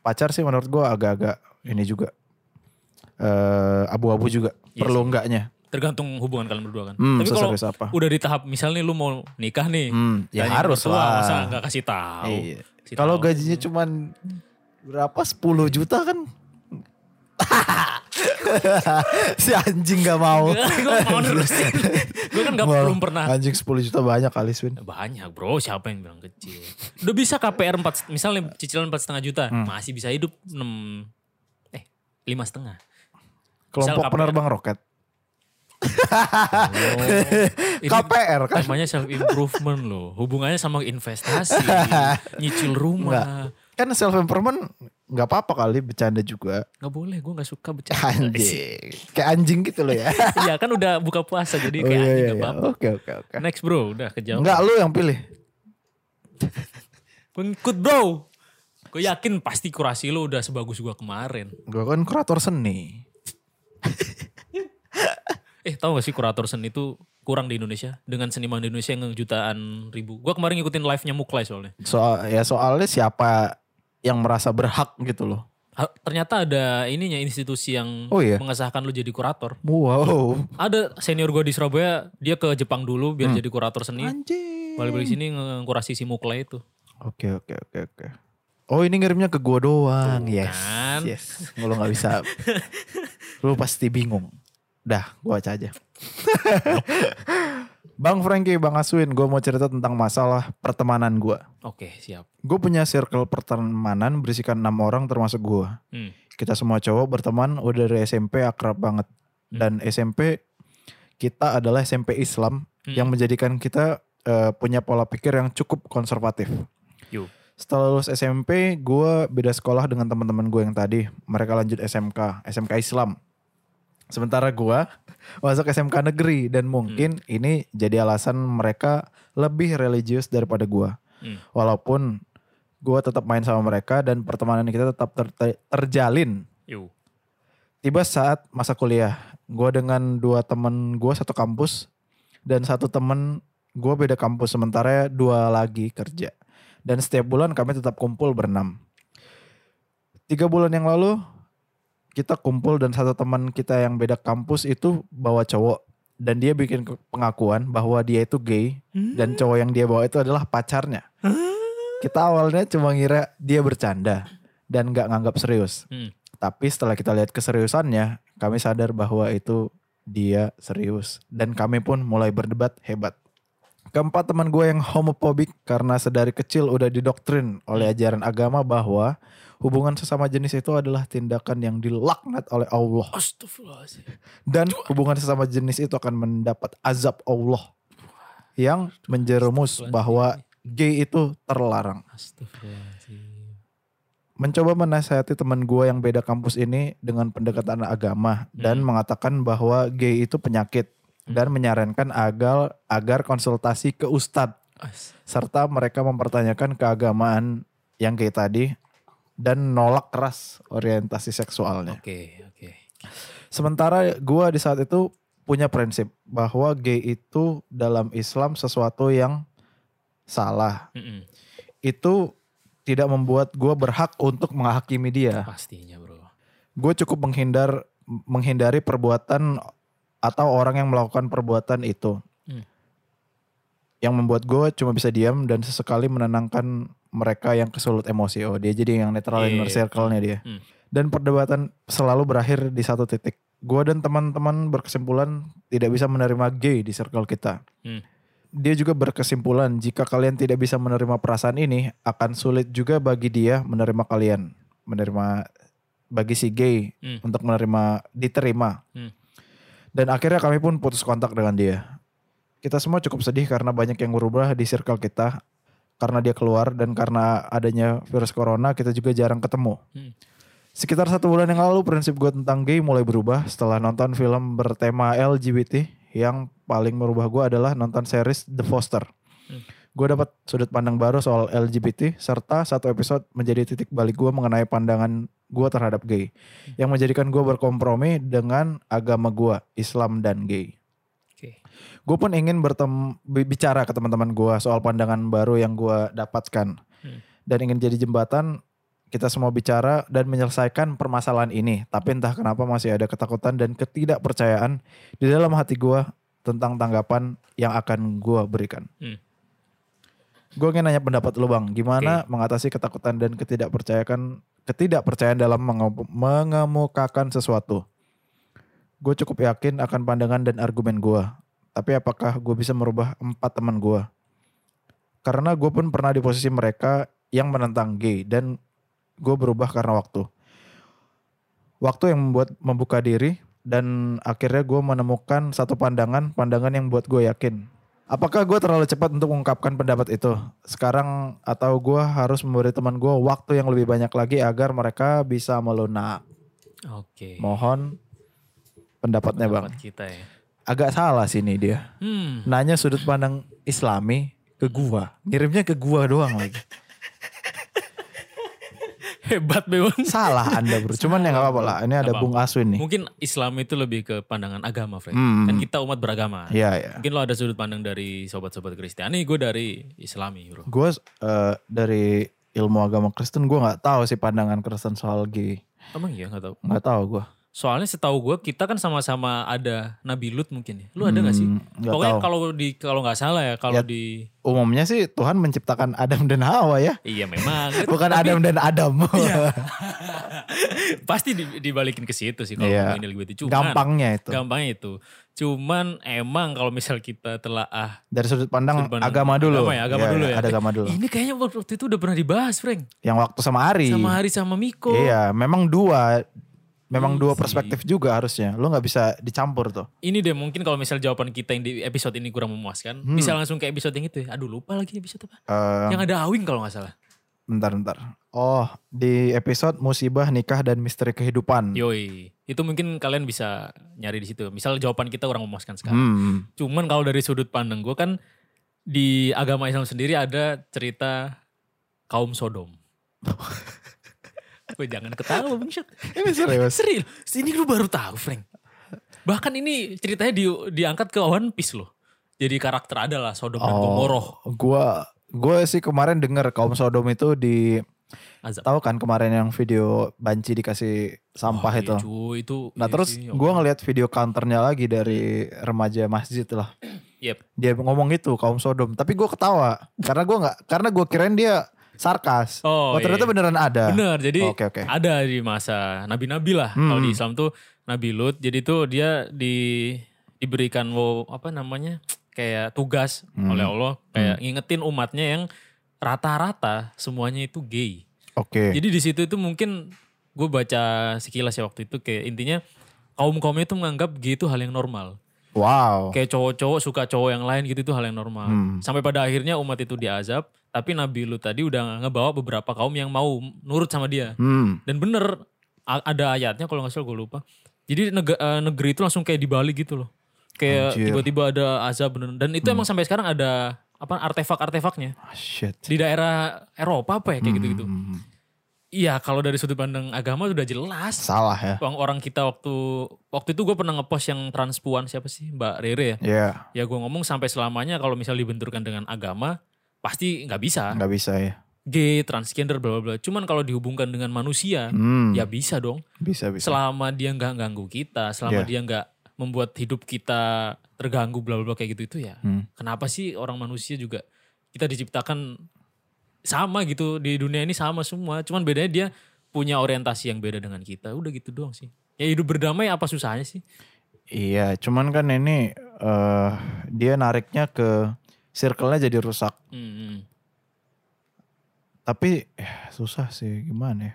pacar sih menurut gue agak-agak ini juga eh abu-abu juga
Iya
perlu enggaknya
Tergantung hubungan kalian berdua kan. Tapi
hmm,
kalau
seserius apa
udah di tahap misalnya lu mau nikah nih.
hmm, ya
tanya ke
harus
mertua, Masa
lah
gak kasih tahu.
Iya.
Kasih
kalau
tahu.
gajinya cuman berapa 10 juta kan si anjing gak mau
gue mau nerusin. gue kan gak
Mau.
belum pernah.
anjing 10 juta banyak kali Swin
Banyak bro, siapa yang bilang kecil. Udah bisa KPR 4, misalnya cicilan 4,5 juta.
Hmm.
Masih bisa hidup 6, eh 5 setengah.
kelompok
KPR.
penerbang roket
KPR.
KPR kan
Namanya Oh, self improvement loh. Hubungannya sama investasi, nyicil rumah.
kan self improvement nggak apa-apa kali bercanda juga
Gak boleh, gue gak suka bercanda.
anjing kayak anjing gitu loh ya
Iya kan udah buka puasa jadi
Oh,
kayak
iya,
anjing
iya,
gak
iya.
apa-apa.
Oke oke oke.
Next bro, udah kejauhan.
Enggak lu yang pilih.
Pengikut bro. Gue yakin pasti kurasi lo udah sebagus gua kemarin.
Gue kan kurator seni.
Eh tahu gak sih kurator seni itu kurang di Indonesia. Dengan seniman di Indonesia yang jutaan ribu. Gua kemarin ngikutin live-nya Muklai soalnya.
Soal ya soalnya siapa yang merasa berhak gitu loh.
Ha- ternyata ada ininya institusi yang
Oh iya?
mengesahkan lu jadi kurator.
Wow.
Ada senior gua di Surabaya, dia ke Jepang dulu biar jadi kurator seni.
Hmm. Anjing.
Balik-balik sini ngurasi si Muklai itu.
Oke oke oke oke. Oh ini ngirimnya ke gua doang. yes.
kan.
Yes. Lu nggak bisa. lu pasti bingung. Dah, gua baca aja. Bang Frankie, Bang Aswin, gue mau cerita tentang masalah pertemanan gua.
Oke siap.
Gue punya circle pertemanan berisikan enam orang termasuk gua.
Hmm.
kita semua cowok berteman udah dari SMP akrab banget
Hmm.
dan SMP kita adalah SMP Islam
Hmm.
yang menjadikan kita eh, punya pola pikir yang cukup konservatif.
Yo.
Setelah lulus SMP, gue beda sekolah dengan teman-teman gue yang tadi. Mereka lanjut SMK, SMK Islam. Sementara gue masuk SMK negeri dan
Hmm.
mungkin ini jadi alasan mereka lebih religius daripada gue.
Hmm.
Walaupun gue tetap main sama mereka dan pertemanan kita tetap ter- ter- terjalin.
Yo.
Tiba saat masa kuliah, gue dengan dua temen gue satu kampus dan satu temen gue beda kampus sementara dua lagi kerja. Dan setiap bulan kami tetap kumpul berenam. Tiga bulan yang lalu kita kumpul dan satu teman kita yang beda kampus itu bawa cowok dan dia bikin ke- pengakuan bahwa dia itu gay dan cowok yang dia bawa itu adalah pacarnya. Kita awalnya cuma ngira dia bercanda dan nggak nganggap serius.
Hmm.
Tapi setelah kita lihat keseriusannya, kami sadar bahwa itu dia serius. Dan kami pun mulai berdebat hebat. Keempat teman gue yang homofobik karena sedari kecil udah didoktrin oleh ajaran agama bahwa hubungan sesama jenis itu adalah tindakan yang dilaknat oleh Allah.
Astagfirullahaladzim.
Dan hubungan sesama jenis itu akan mendapat azab Allah yang menjerumus bahwa gay itu terlarang.
Astagfirullahaladzim.
mencoba menasehati teman gue yang beda kampus ini dengan pendekatan agama dan
Hmm.
mengatakan bahwa gay itu penyakit dan menyarankan agar agar konsultasi ke ustadz
As-
serta mereka mempertanyakan keagamaan yang gay tadi dan nolak keras orientasi seksualnya.
Oke, oke.
Sementara gue di saat itu punya prinsip bahwa gay itu dalam Islam sesuatu yang salah.
Mm-mm.
Itu tidak membuat gue berhak untuk menghakimi dia.
Pastinya bro.
gue cukup menghindar menghindari perbuatan atau orang yang melakukan perbuatan itu
Hmm.
yang membuat gue cuma bisa diam dan sesekali menenangkan mereka yang kesulut emosi oh dia jadi yang netral
Iya,
inner
iya.
circle-nya dia
Hmm.
dan perdebatan selalu berakhir di satu titik gue dan teman-teman berkesimpulan tidak bisa menerima gay di circle kita
Hmm.
dia juga berkesimpulan jika kalian tidak bisa menerima perasaan ini akan sulit juga bagi dia menerima kalian menerima bagi si gay
Hmm.
untuk menerima diterima.
Hmm.
Dan akhirnya kami pun putus kontak dengan dia. Kita semua cukup sedih karena banyak yang berubah di circle kita karena dia keluar dan karena adanya virus corona kita juga jarang ketemu.
Hmm.
Sekitar satu bulan yang lalu prinsip gue tentang gay mulai berubah setelah nonton film bertema LGBT yang paling merubah gue adalah nonton series The Foster.
Hmm.
Gue dapat sudut pandang baru soal LGBT serta satu episode menjadi titik balik gue mengenai pandangan gue terhadap gay yang menjadikan gue berkompromi dengan agama gue Islam dan gay.
Oke.
Gue pun ingin bertem bi- bicara ke teman-teman gue soal pandangan baru yang gue dapatkan
Hmm.
dan ingin jadi jembatan kita semua bicara dan menyelesaikan permasalahan ini. Tapi entah kenapa masih ada ketakutan dan ketidakpercayaan di dalam hati gue tentang tanggapan yang akan gue berikan.
Hmm.
Gue ingin nanya pendapat lu bang, gimana mengatasi ketakutan dan ketidakpercayaan ketidakpercayaan dalam mengem- mengemukakan sesuatu? Gue cukup yakin akan pandangan dan argumen gue, tapi apakah gue bisa merubah empat teman gue? Karena gue pun pernah di posisi mereka yang menentang gay dan gue berubah karena waktu. Waktu yang membuat membuka diri dan akhirnya gue menemukan satu pandangan, pandangan yang buat gue yakin. Apakah gue terlalu cepat untuk mengungkapkan pendapat itu sekarang atau gue harus memberi teman gue waktu yang lebih banyak lagi agar mereka bisa melunak?
Oke.
Mohon pendapatnya bang.
Pendapat kita ya.
Agak salah sih ini dia.
Hmm.
Nanya sudut pandang Islami ke gua, ngirimnya ke gua doang lagi.
Hebat memang.
Salah anda bro, cuman ya nggak apa-apa lah. Ini ada
Nggak
Bung Aswin nih.
Mungkin Islam itu lebih ke pandangan agama, Fred.
Hmm.
Kan kita umat beragama.
Iya ya.
Mungkin lo ada sudut pandang dari sobat-sobat Kristiani, gue dari Islami, bro.
Gue eh, dari ilmu agama Kristen gue nggak tahu sih pandangan Kristen soal gay.
Emang iya nggak tahu.
Nggak tahu gue.
Soalnya setahu gue kita kan sama-sama ada Nabi Lut mungkin ya. Lu ada nggak sih?
Hmm, nggak
Pokoknya
tahu.
kalau di kalau nggak salah ya kalau
Ya.
di
Umumnya sih Tuhan menciptakan Adam dan Hawa ya,
iya memang
bukan Adam dan Adam.
Iya, pasti di- dibalikin ke situ sih kalau
Iya.
ngomongin LGBT. Cuman
Gampangnya itu.
gampangnya itu. Cuman emang kalau misal kita telah ah
Dari sudut pandang,
Sudut pandang
agama dulu. Iya,
agama ya, agama dulu ya.
Ada agama dulu.
ini kayaknya waktu itu udah pernah dibahas, Frank.
Yang waktu sama Ari.
Sama Hari sama Miko.
Iya, memang dua, memang
Iya
dua
sih.
perspektif juga harusnya. Lo nggak bisa dicampur tuh.
Ini deh mungkin kalau misal jawaban kita yang di episode ini kurang memuaskan,
Hmm.
bisa langsung ke episode yang itu ya. Aduh lupa lagi episode apa.
Eh,
Yang ada Awing kalau nggak
Hmm.
salah.
bentar, bentar. Oh, di episode musibah nikah dan misteri kehidupan.
Iya. Yoi, itu mungkin kalian bisa nyari di situ. Misal jawaban kita kurang memuaskan sekarang.
Hmm.
Cuman kalau dari sudut pandang gue kan di agama Islam sendiri ada cerita kaum Sodom. Gue jangan ketawa buset.
Ini serius.
Serius, ini lu baru tahu, Frank. Bahkan ini ceritanya di, diangkat ke One Piece loh. Jadi karakter adalah Sodom dan
Oh.
Gomoroh.
Gua gua sih kemarin dengar kaum Sodom itu di
Azab.
tahu kan kemarin yang video banci dikasih
Wah,
sampah
iya,
itu.
cuy, itu
Nah,
iya
terus
sih,
gua ngelihat video counternya lagi dari remaja masjid lah.
Yep.
Dia ngomong itu kaum Sodom, tapi gua ketawa karena gua nggak karena gua kirain dia sarkas.
Oh,
Oh, ternyata
iya.
beneran ada.
Bener, jadi
Nah, Oke, oke.
ada di masa nabi-nabi lah.
Hmm.
Kalau di Islam tuh Nabi Lut. Jadi tuh dia di diberikan wow, apa namanya kayak tugas
Hmm.
oleh Allah kayak ngingetin umatnya yang rata-rata semuanya itu gay.
Oke.
Jadi di situ itu mungkin gue baca sekilas ya waktu itu kayak intinya kaum kaumnya itu menganggap gay itu hal yang normal.
Wow.
Kayak cowok-cowok suka cowok yang lain gitu itu hal yang normal.
Oh. Hmm.
Sampai pada akhirnya umat itu diazab, tapi Nabi Lut tadi udah ngebawa beberapa kaum yang mau nurut sama dia.
Hmm.
Dan bener a- ada ayatnya kalau nggak salah gue lupa. Jadi neg- eh, negeri itu langsung kayak dibalik gitu loh. Kayak
Anjir. Hmm.
tiba-tiba ada azab bener. Dan itu emang sampai sekarang ada apa artefak-artefaknya
Ah, Shit.
di daerah Eropa apa ya kayak gitu-gitu.
Hmm.
Iya kalau dari sudut pandang agama sudah jelas.
Salah ya.
Orang orang kita waktu waktu itu gue pernah ngepost yang transpuan siapa sih Mbak Rere ya.
Ya,
Ya gue ngomong sampai selamanya kalau misal dibenturkan dengan agama pasti nggak bisa.
nggak bisa ya.
Gay, transgender, bla bla bla. Cuman kalau dihubungkan dengan manusia
Hmm.
ya bisa dong.
Bisa bisa.
selama dia nggak ganggu kita, selama
Iya.
dia nggak membuat hidup kita terganggu bla bla bla kayak gitu itu ya.
Hmm.
Kenapa sih orang manusia juga kita diciptakan sama gitu di dunia ini sama semua, cuman bedanya dia punya orientasi yang beda dengan kita. Udah gitu doang sih. Ya hidup berdamai apa susahnya sih?
Iya, cuman kan ini eh dia nariknya ke circle-nya jadi rusak.
Hmm.
Tapi eh, susah sih gimana ya.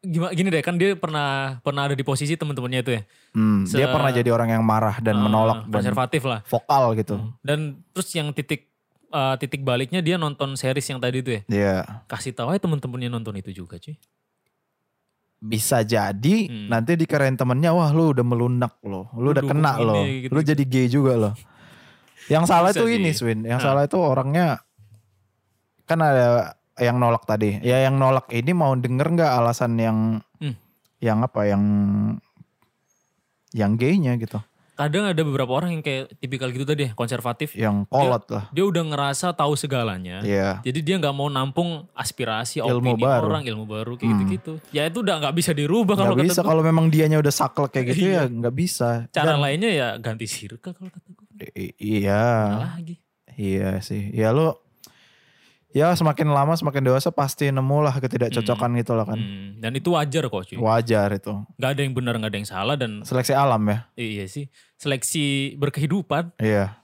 Gimana gini deh, kan dia pernah pernah ada di posisi teman-temannya itu ya.
Hmm, dia
Se-
pernah jadi orang yang marah dan
Eh,
menolak dan
konservatif lah. Hmm.
vokal gitu.
Dan terus yang titik eh, titik baliknya dia nonton series yang tadi itu ya.
Iya.
Kasih tahu aja temen-temennya nonton itu juga cuy.
Bisa jadi
Hmm.
nanti dikerain temennya wah lu udah melunak lo,
Lu
lu udah kena
dukung
lo,
ini, gitu-gitu.
lu jadi gay juga lo. Yang salah
Bisa
itu ini
sih.
Swin, yang
Ah.
salah itu orangnya kan ada yang nolak tadi. Ya yang nolak ini mau denger nggak alasan yang
Hmm.
yang apa yang yang gaynya gitu,
kadang ada beberapa orang yang kayak tipikal gitu tadi ya, konservatif.
yang kolot lah.
Dia udah ngerasa tahu segalanya.
Iya.
Jadi dia nggak mau nampung aspirasi
Ilmu
opini
baru. Hmm.
orang, ilmu baru kayak gitu-gitu. Ya itu udah nggak bisa dirubah kalau kata
Nggak bisa
gua. Iya.
kalau memang dianya udah saklek kayak gitu ya nggak bisa.
Cara
Dan-
lainnya ya ganti sirka kalau kata gue.
i- iya.
lagi.
Iya sih. Ya lu ya semakin lama semakin dewasa pasti nemulah ketidakcocokan gitu loh kan.
Hmm, dan itu wajar kok cuy.
Wajar itu.
Gak ada yang benar, gak ada yang salah dan
Seleksi alam ya.
iya sih seleksi berkehidupan.
Iya.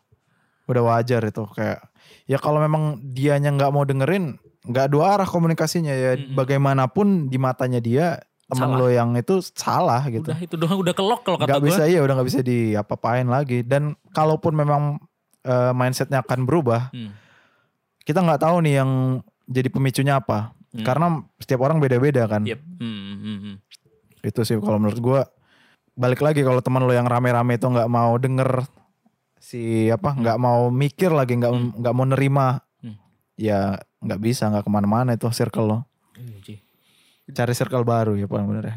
Udah wajar itu kayak ya kalau memang dianya nggak mau dengerin, nggak dua arah komunikasinya ya
Mm-mm.
bagaimanapun di matanya dia teman
Hmm. Salah.
lo yang itu salah gitu.
Udah itu doang udah kelok kalau kata
Nggak
gue.
bisa iya udah nggak bisa diapa-apain lagi dan kalaupun memang eh, mindsetnya akan berubah,
Hmm,
kita nggak tahu nih yang jadi pemicunya apa.
hmm.
Karena setiap orang beda-beda kan.
Yep. Hmm, hmm, hmm, hmm.
itu sih kalau menurut gua balik lagi kalau teman lo yang rame-rame itu nggak mau denger si apa nggak mau mikir lagi nggak nggak mau nerima
Hmm.
ya nggak bisa nggak kemana-mana itu circle lo
Iya, cuy.
cari circle baru ya paling bener ya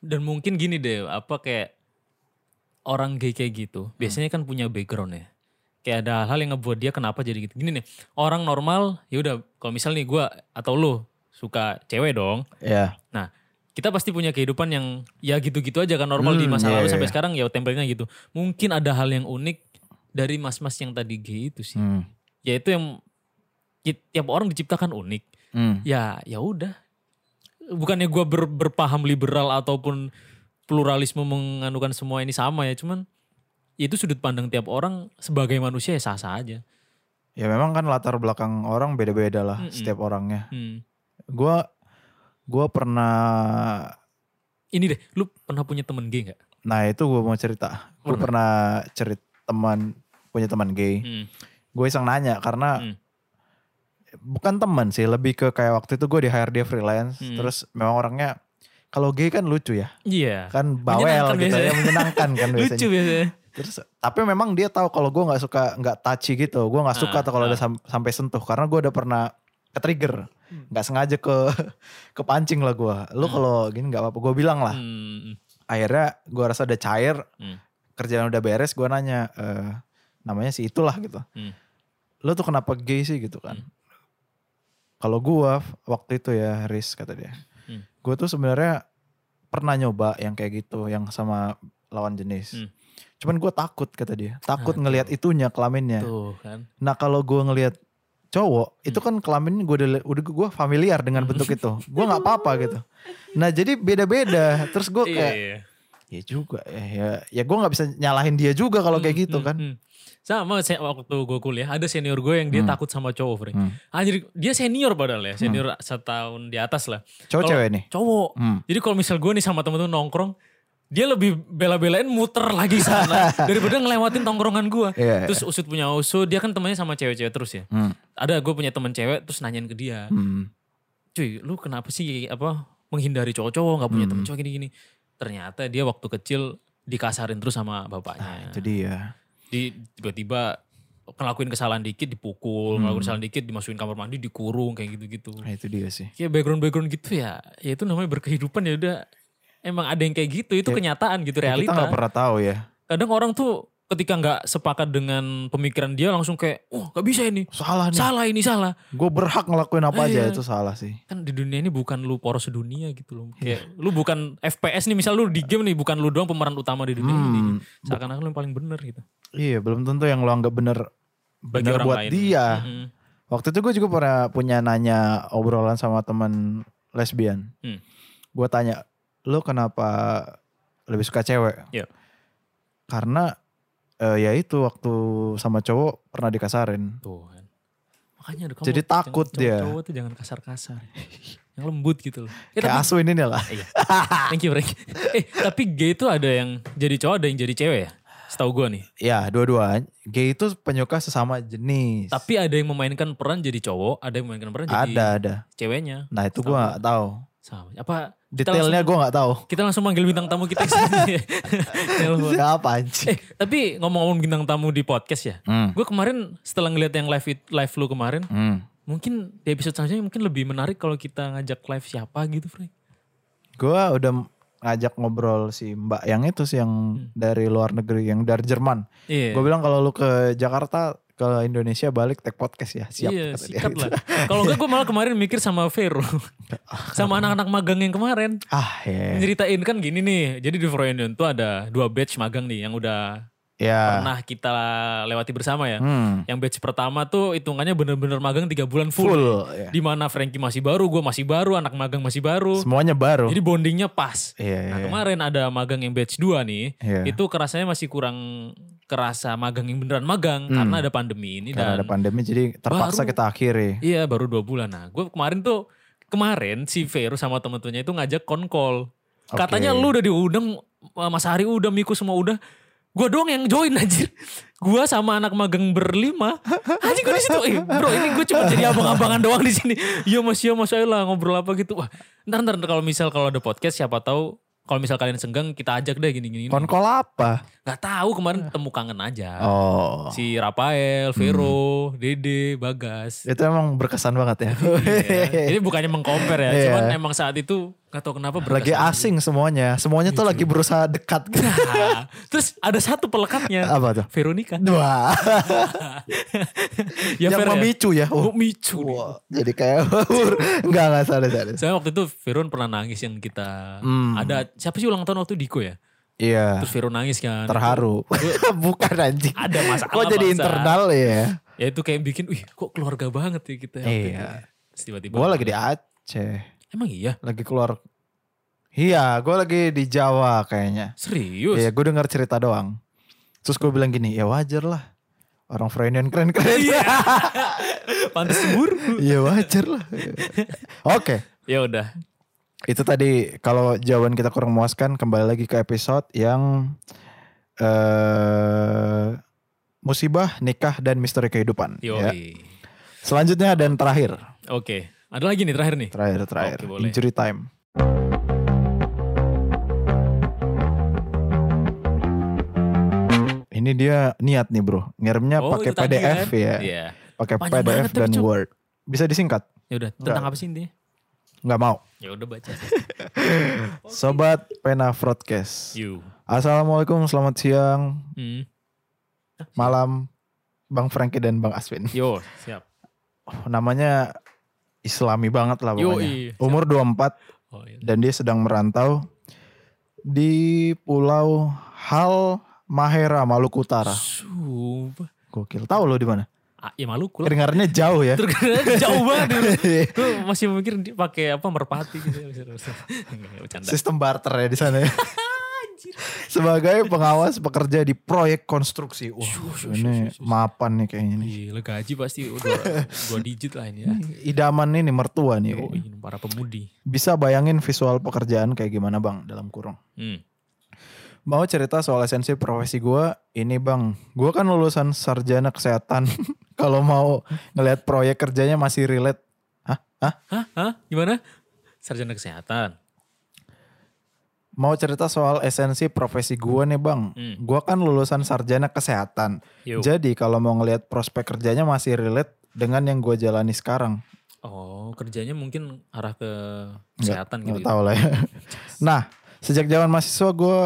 Dan mungkin gini deh, apa kayak orang gay kayak
Hmm.
gitu, biasanya kan punya background ya. Kayak ada hal-hal yang ngebuat dia kenapa jadi gitu. Gini nih, orang normal ya udah kalau misal nih gua atau lu suka cewek dong, nah,
ya
kita pasti punya kehidupan yang ya gitu-gitu aja kan normal di
Hmm,
masa
iya,
lalu
iya,
sampai
iya.
sekarang ya tempelnya gitu. Mungkin ada hal yang unik dari mas-mas yang tadi gay itu sih.
hmm.
Yaitu yang ki- tiap orang diciptakan unik.
Hmm.
Ya, ya udah. Bukannya gue ber- berpaham liberal ataupun pluralisme menganukan semua ini sama ya, cuman itu sudut pandang tiap orang sebagai manusia ya sah-sah aja.
ya memang kan latar belakang orang beda-beda lah
Mm-mm.
setiap orangnya
Hmm.
gua gua pernah
Ini deh, lu pernah punya temen gay gak?
nah itu gua mau cerita gua
Pernah.
pernah cerit teman punya teman gay
Hmm.
gue iseng nanya karena
Hmm.
bukan teman sih lebih ke kayak waktu itu gue di hire dia freelance
Hmm.
terus memang orangnya kalau gay kan lucu ya
Iya.
kan bawel
Menyenangkan
gitu ya
biasanya.
menyenangkan kan
Lucu
biasanya
biasanya.
terus tapi memang dia tahu kalau gue nggak suka nggak touchy gitu gue nggak suka
Ah,
tuh kalau
ah.
ada sam- sampai sentuh karena gue udah pernah ke trigger nggak sengaja ke kepancing lah gue lu
Hmm.
kalau gini nggak apa-apa gue bilang lah
Hmm.
akhirnya gue rasa udah cair
Hmm.
kerjaan udah beres gue nanya eh, namanya si itulah gitu
Hmm.
lo tuh kenapa gay sih gitu kan kalau gue waktu itu ya Riz kata dia
Hmm.
gue tuh sebenarnya pernah nyoba yang kayak gitu yang sama lawan jenis
Hmm. Ah, iya.
cuman gue takut kata dia takut
Aduh.
ngelihat itunya kelaminnya
Tuh kan.
nah kalau gue ngelihat cowok
Hmm.
itu kan kelamin gue udah udah gue familiar dengan bentuk itu gue nggak apa-apa gitu nah jadi beda-beda terus gue
Iya,
kayak
iya.
ya juga ya ya, ya gue nggak bisa nyalahin dia juga kalau kayak
Hmm,
gitu kan
hmm. Sama saya waktu gue kuliah ada senior gue yang dia takut sama cowok, Fre.
Hmm.
Anjir, dia senior padahal ya, senior setahun di atas lah.
cowok
Kalau-
cewek nih
Cowok.
Hmm.
Jadi kalau misal gue nih sama temen-temen nongkrong, dia lebih bela-belain muter lagi sana daripada ngelewatin tongkrongan gue.
Iya,
Terus usut punya usut, dia kan temennya sama cewek-cewek terus ya.
Hmm.
Ada gue punya temen cewek terus nanyain ke dia,
Hmm.
cuy lu kenapa sih apa menghindari cowok-cowok nggak punya temen cowok gini-gini ternyata dia waktu kecil dikasarin terus sama bapaknya
Nah, Ah, itu dia
di tiba-tiba ngelakuin kesalahan dikit dipukul ngelakuin kesalahan dikit dimasukin kamar mandi dikurung kayak gitu-gitu
Nah, itu dia sih
kayak background background gitu ya ya itu namanya berkehidupan ya udah emang ada yang kayak gitu itu kenyataan gitu
Ya. kita
realita
nggak pernah tahu ya
kadang orang tuh ketika nggak sepakat dengan pemikiran dia langsung kayak wah nggak bisa ini
salah nih
salah ini salah
gue berhak ngelakuin apa
Iya.
aja itu salah sih
kan di dunia ini bukan lu poros dunia gitu loh.
Iya.
Kayak lu bukan FPS nih misal lu di game nih bukan lu doang pemeran utama di dunia ini.
Hmm.
Seakan-akan lu yang paling bener gitu.
iya belum tentu yang lo anggap bener
Bagi
bener
orang
buat
lain. Iya.
dia
Mm-mm.
Waktu itu gue juga pernah punya nanya obrolan sama temen lesbian.
Hmm.
Gue tanya, lo kenapa lebih suka cewek?
Iya.
Karena eh, ya itu waktu sama cowok pernah dikasarin.
Tuh kan. Makanya aduh, kamu
Jadi
jangan-
takut
cowok-
dia.
Cowok tuh jangan kasar-kasar. yang lembut gitu loh. Eh,
Kayak
tapi,
asu ini nih lah.
Iya. thank you Frank. eh tapi gay itu ada yang jadi cowok ada yang jadi cewek ya. Setahu gue nih.
Ya dua-dua. Gay itu penyuka sesama jenis.
Tapi ada yang memainkan peran jadi cowok, ada yang memainkan peran jadi
ada ada.
ceweknya.
Nah itu gue nggak tahu.
Sama. Apa kita
Detailnya
langsung-
gue nggak tahu.
kita langsung manggil bintang tamu kita ke sini. Telepon.
Siapa anjing?
Eh, tapi ngomong-ngomong bintang tamu di podcast ya.
Hmm.
Gue kemarin setelah ngeliat yang live it- live lu kemarin,
Hmm.
mungkin di episode selanjutnya mungkin lebih menarik kalau kita ngajak live siapa gitu, Frank.
Gue udah ngajak ngobrol si mbak yang itu sih yang
Hmm.
dari luar negeri yang dari Jerman.
Iya.
Gue bilang kalau lu ke Jakarta ke Indonesia balik tag podcast ya siap.
iya,
kata dia
sikat
gitu.
lah. Kalau enggak gue malah kemarin mikir sama Vero. sama anak-anak magang yang kemarin.
Ah ya.
Ceritain kan gini nih. Jadi di Froyonion tuh ada dua batch magang nih yang udah
Ya.
pernah kita lewati bersama ya.
Hmm.
Yang batch pertama tuh hitungannya bener-bener magang tiga bulan full.
Full. ya.
Di mana Frankie masih baru, gue masih baru, anak magang masih baru.
Semuanya baru.
Jadi bondingnya pas.
Iya.
Nah
iya.
kemarin ada magang yang batch 2 nih,
Iya.
itu kerasanya masih kurang kerasa magang yang beneran magang karena ada pandemi ini
Hmm. Karena
dan
ada pandemi jadi terpaksa
baru.
kita akhiri.
iya baru dua bulan. Nah gue kemarin tuh kemarin si Vero sama temen-temennya itu ngajak konkol,
Oke.
Iya, katanya lu udah diundang, eh, Mas Hari udah, Miku semua udah, gue doang yang join anjir. Gue sama anak magang berlima, anjir gue di situ, eh, bro ini gue cuma jadi abang-abangan doang di sini. Iya mas, iya mas, ayolah ngobrol apa gitu. Wah, ntar ntar ntar kalau misal kalau ada podcast siapa tahu kalau misal kalian senggang kita ajak deh gini-gini.
Konkol apa?
Gak tahu kemarin temu kangen aja.
Iya.
Nah,
Oh.
Si Rafael, Vero, Dede, Bagas.
Itu emang berkesan banget ya.
Ya, Ini bukannya mengcompare ya,
Iya.
cuman emang saat itu gak tahu kenapa
lagi
berkesan. Iya,
asing semuanya. Semuanya tuh lagi berusaha dekat.
Nah, Terus ada satu pelekatnya,
apa tuh?
Veronica.
Dua.
ya,
yang
Ver, ya.
memicu ya.
Oh,
Oh,
micu. nih.
wah. Jadi kayak enggak enggak salah salah.
Saya waktu itu Veron pernah nangis yang kita
Hmm.
ada siapa sih ulang tahun waktu Diko ya?
Iya.
Terus Veron nangis kan.
terharu. Bukan anjing.
Ada masalah,
Kok jadi
bangsa.
internal ya?
Ya itu kayak bikin, wih kok keluarga banget ya kita. waktu
Iya.
itu. Terus Tiba-tiba.
Gue lagi di Aceh,
Emang iya?
lagi keluar. Iya, gue lagi di Jawa kayaknya.
Serius?
Iya, gue dengar cerita doang. Terus gue bilang gini, ya wajar lah. Orang Freudian keren-keren.
Iya. Pantes cemburu.
Iya wajar lah. Oke,
Ya udah.
itu tadi kalau jawaban kita kurang memuaskan kembali lagi ke episode yang eh musibah, nikah dan misteri kehidupan.
Yo.
Ya. Selanjutnya dan terakhir,
Oke. Ada lagi nih terakhir nih.
terakhir, terakhir,
Oke, boleh.
injury time. Ini dia niat nih bro, ngirimnya Ya, pakai
itu tadi
PDF
kan?
ya,
Iya.
pakai
Panjang
PDF
banget tapi,
dan
Cuk.
Word. Bisa disingkat?
Ya udah, tentang apa sih intinya?
Nggak mau.
Ya udah baca.
Sobat Pena Broadcast.
You.
Assalamualaikum, selamat siang,
Hmm.
malam, Bang Frankie dan Bang Aswin.
Yo, siap.
Oh, namanya Islami banget lah
Yo,
pokoknya.
iya.
Umur 24
Oh, iya.
dan dia sedang merantau di Pulau Hal Mahera, Maluku Utara.
Sumpah.
Gokil. Tahu lo di mana?
Ah, ya Maluku lah.
Kedengarannya jauh ya.
Terus jauh banget dulu. Gue masih mikir dia pakai apa merpati gitu. Enggak, Bercanda.
Sistem barter ya di sana ya. Sebagai pengawas pekerja di proyek konstruksi. Wah, ini mapan nih kayaknya nih.
Gila gaji pasti udah dua digit lah ini ya.
Hmm. Idaman ini mertua nih.
Oh, ini para pemudi.
Bisa bayangin visual pekerjaan kayak gimana bang dalam kurung.
Hmm.
Mau cerita soal esensi profesi gue, ini bang, gue kan lulusan sarjana kesehatan. Kalau mau ngelihat proyek kerjanya masih relate. Hah? Hah?
Hah? Hah? Gimana? Sarjana kesehatan.
Mau cerita soal esensi profesi gue nih bang.
Hmm.
Gue kan lulusan sarjana kesehatan.
Yo.
Jadi kalau mau ngelihat prospek kerjanya masih relate dengan yang gue jalani sekarang.
Oh, kerjanya mungkin arah ke kesehatan
Nggak
gitu.
tahu lah ya. nah, sejak zaman mahasiswa gue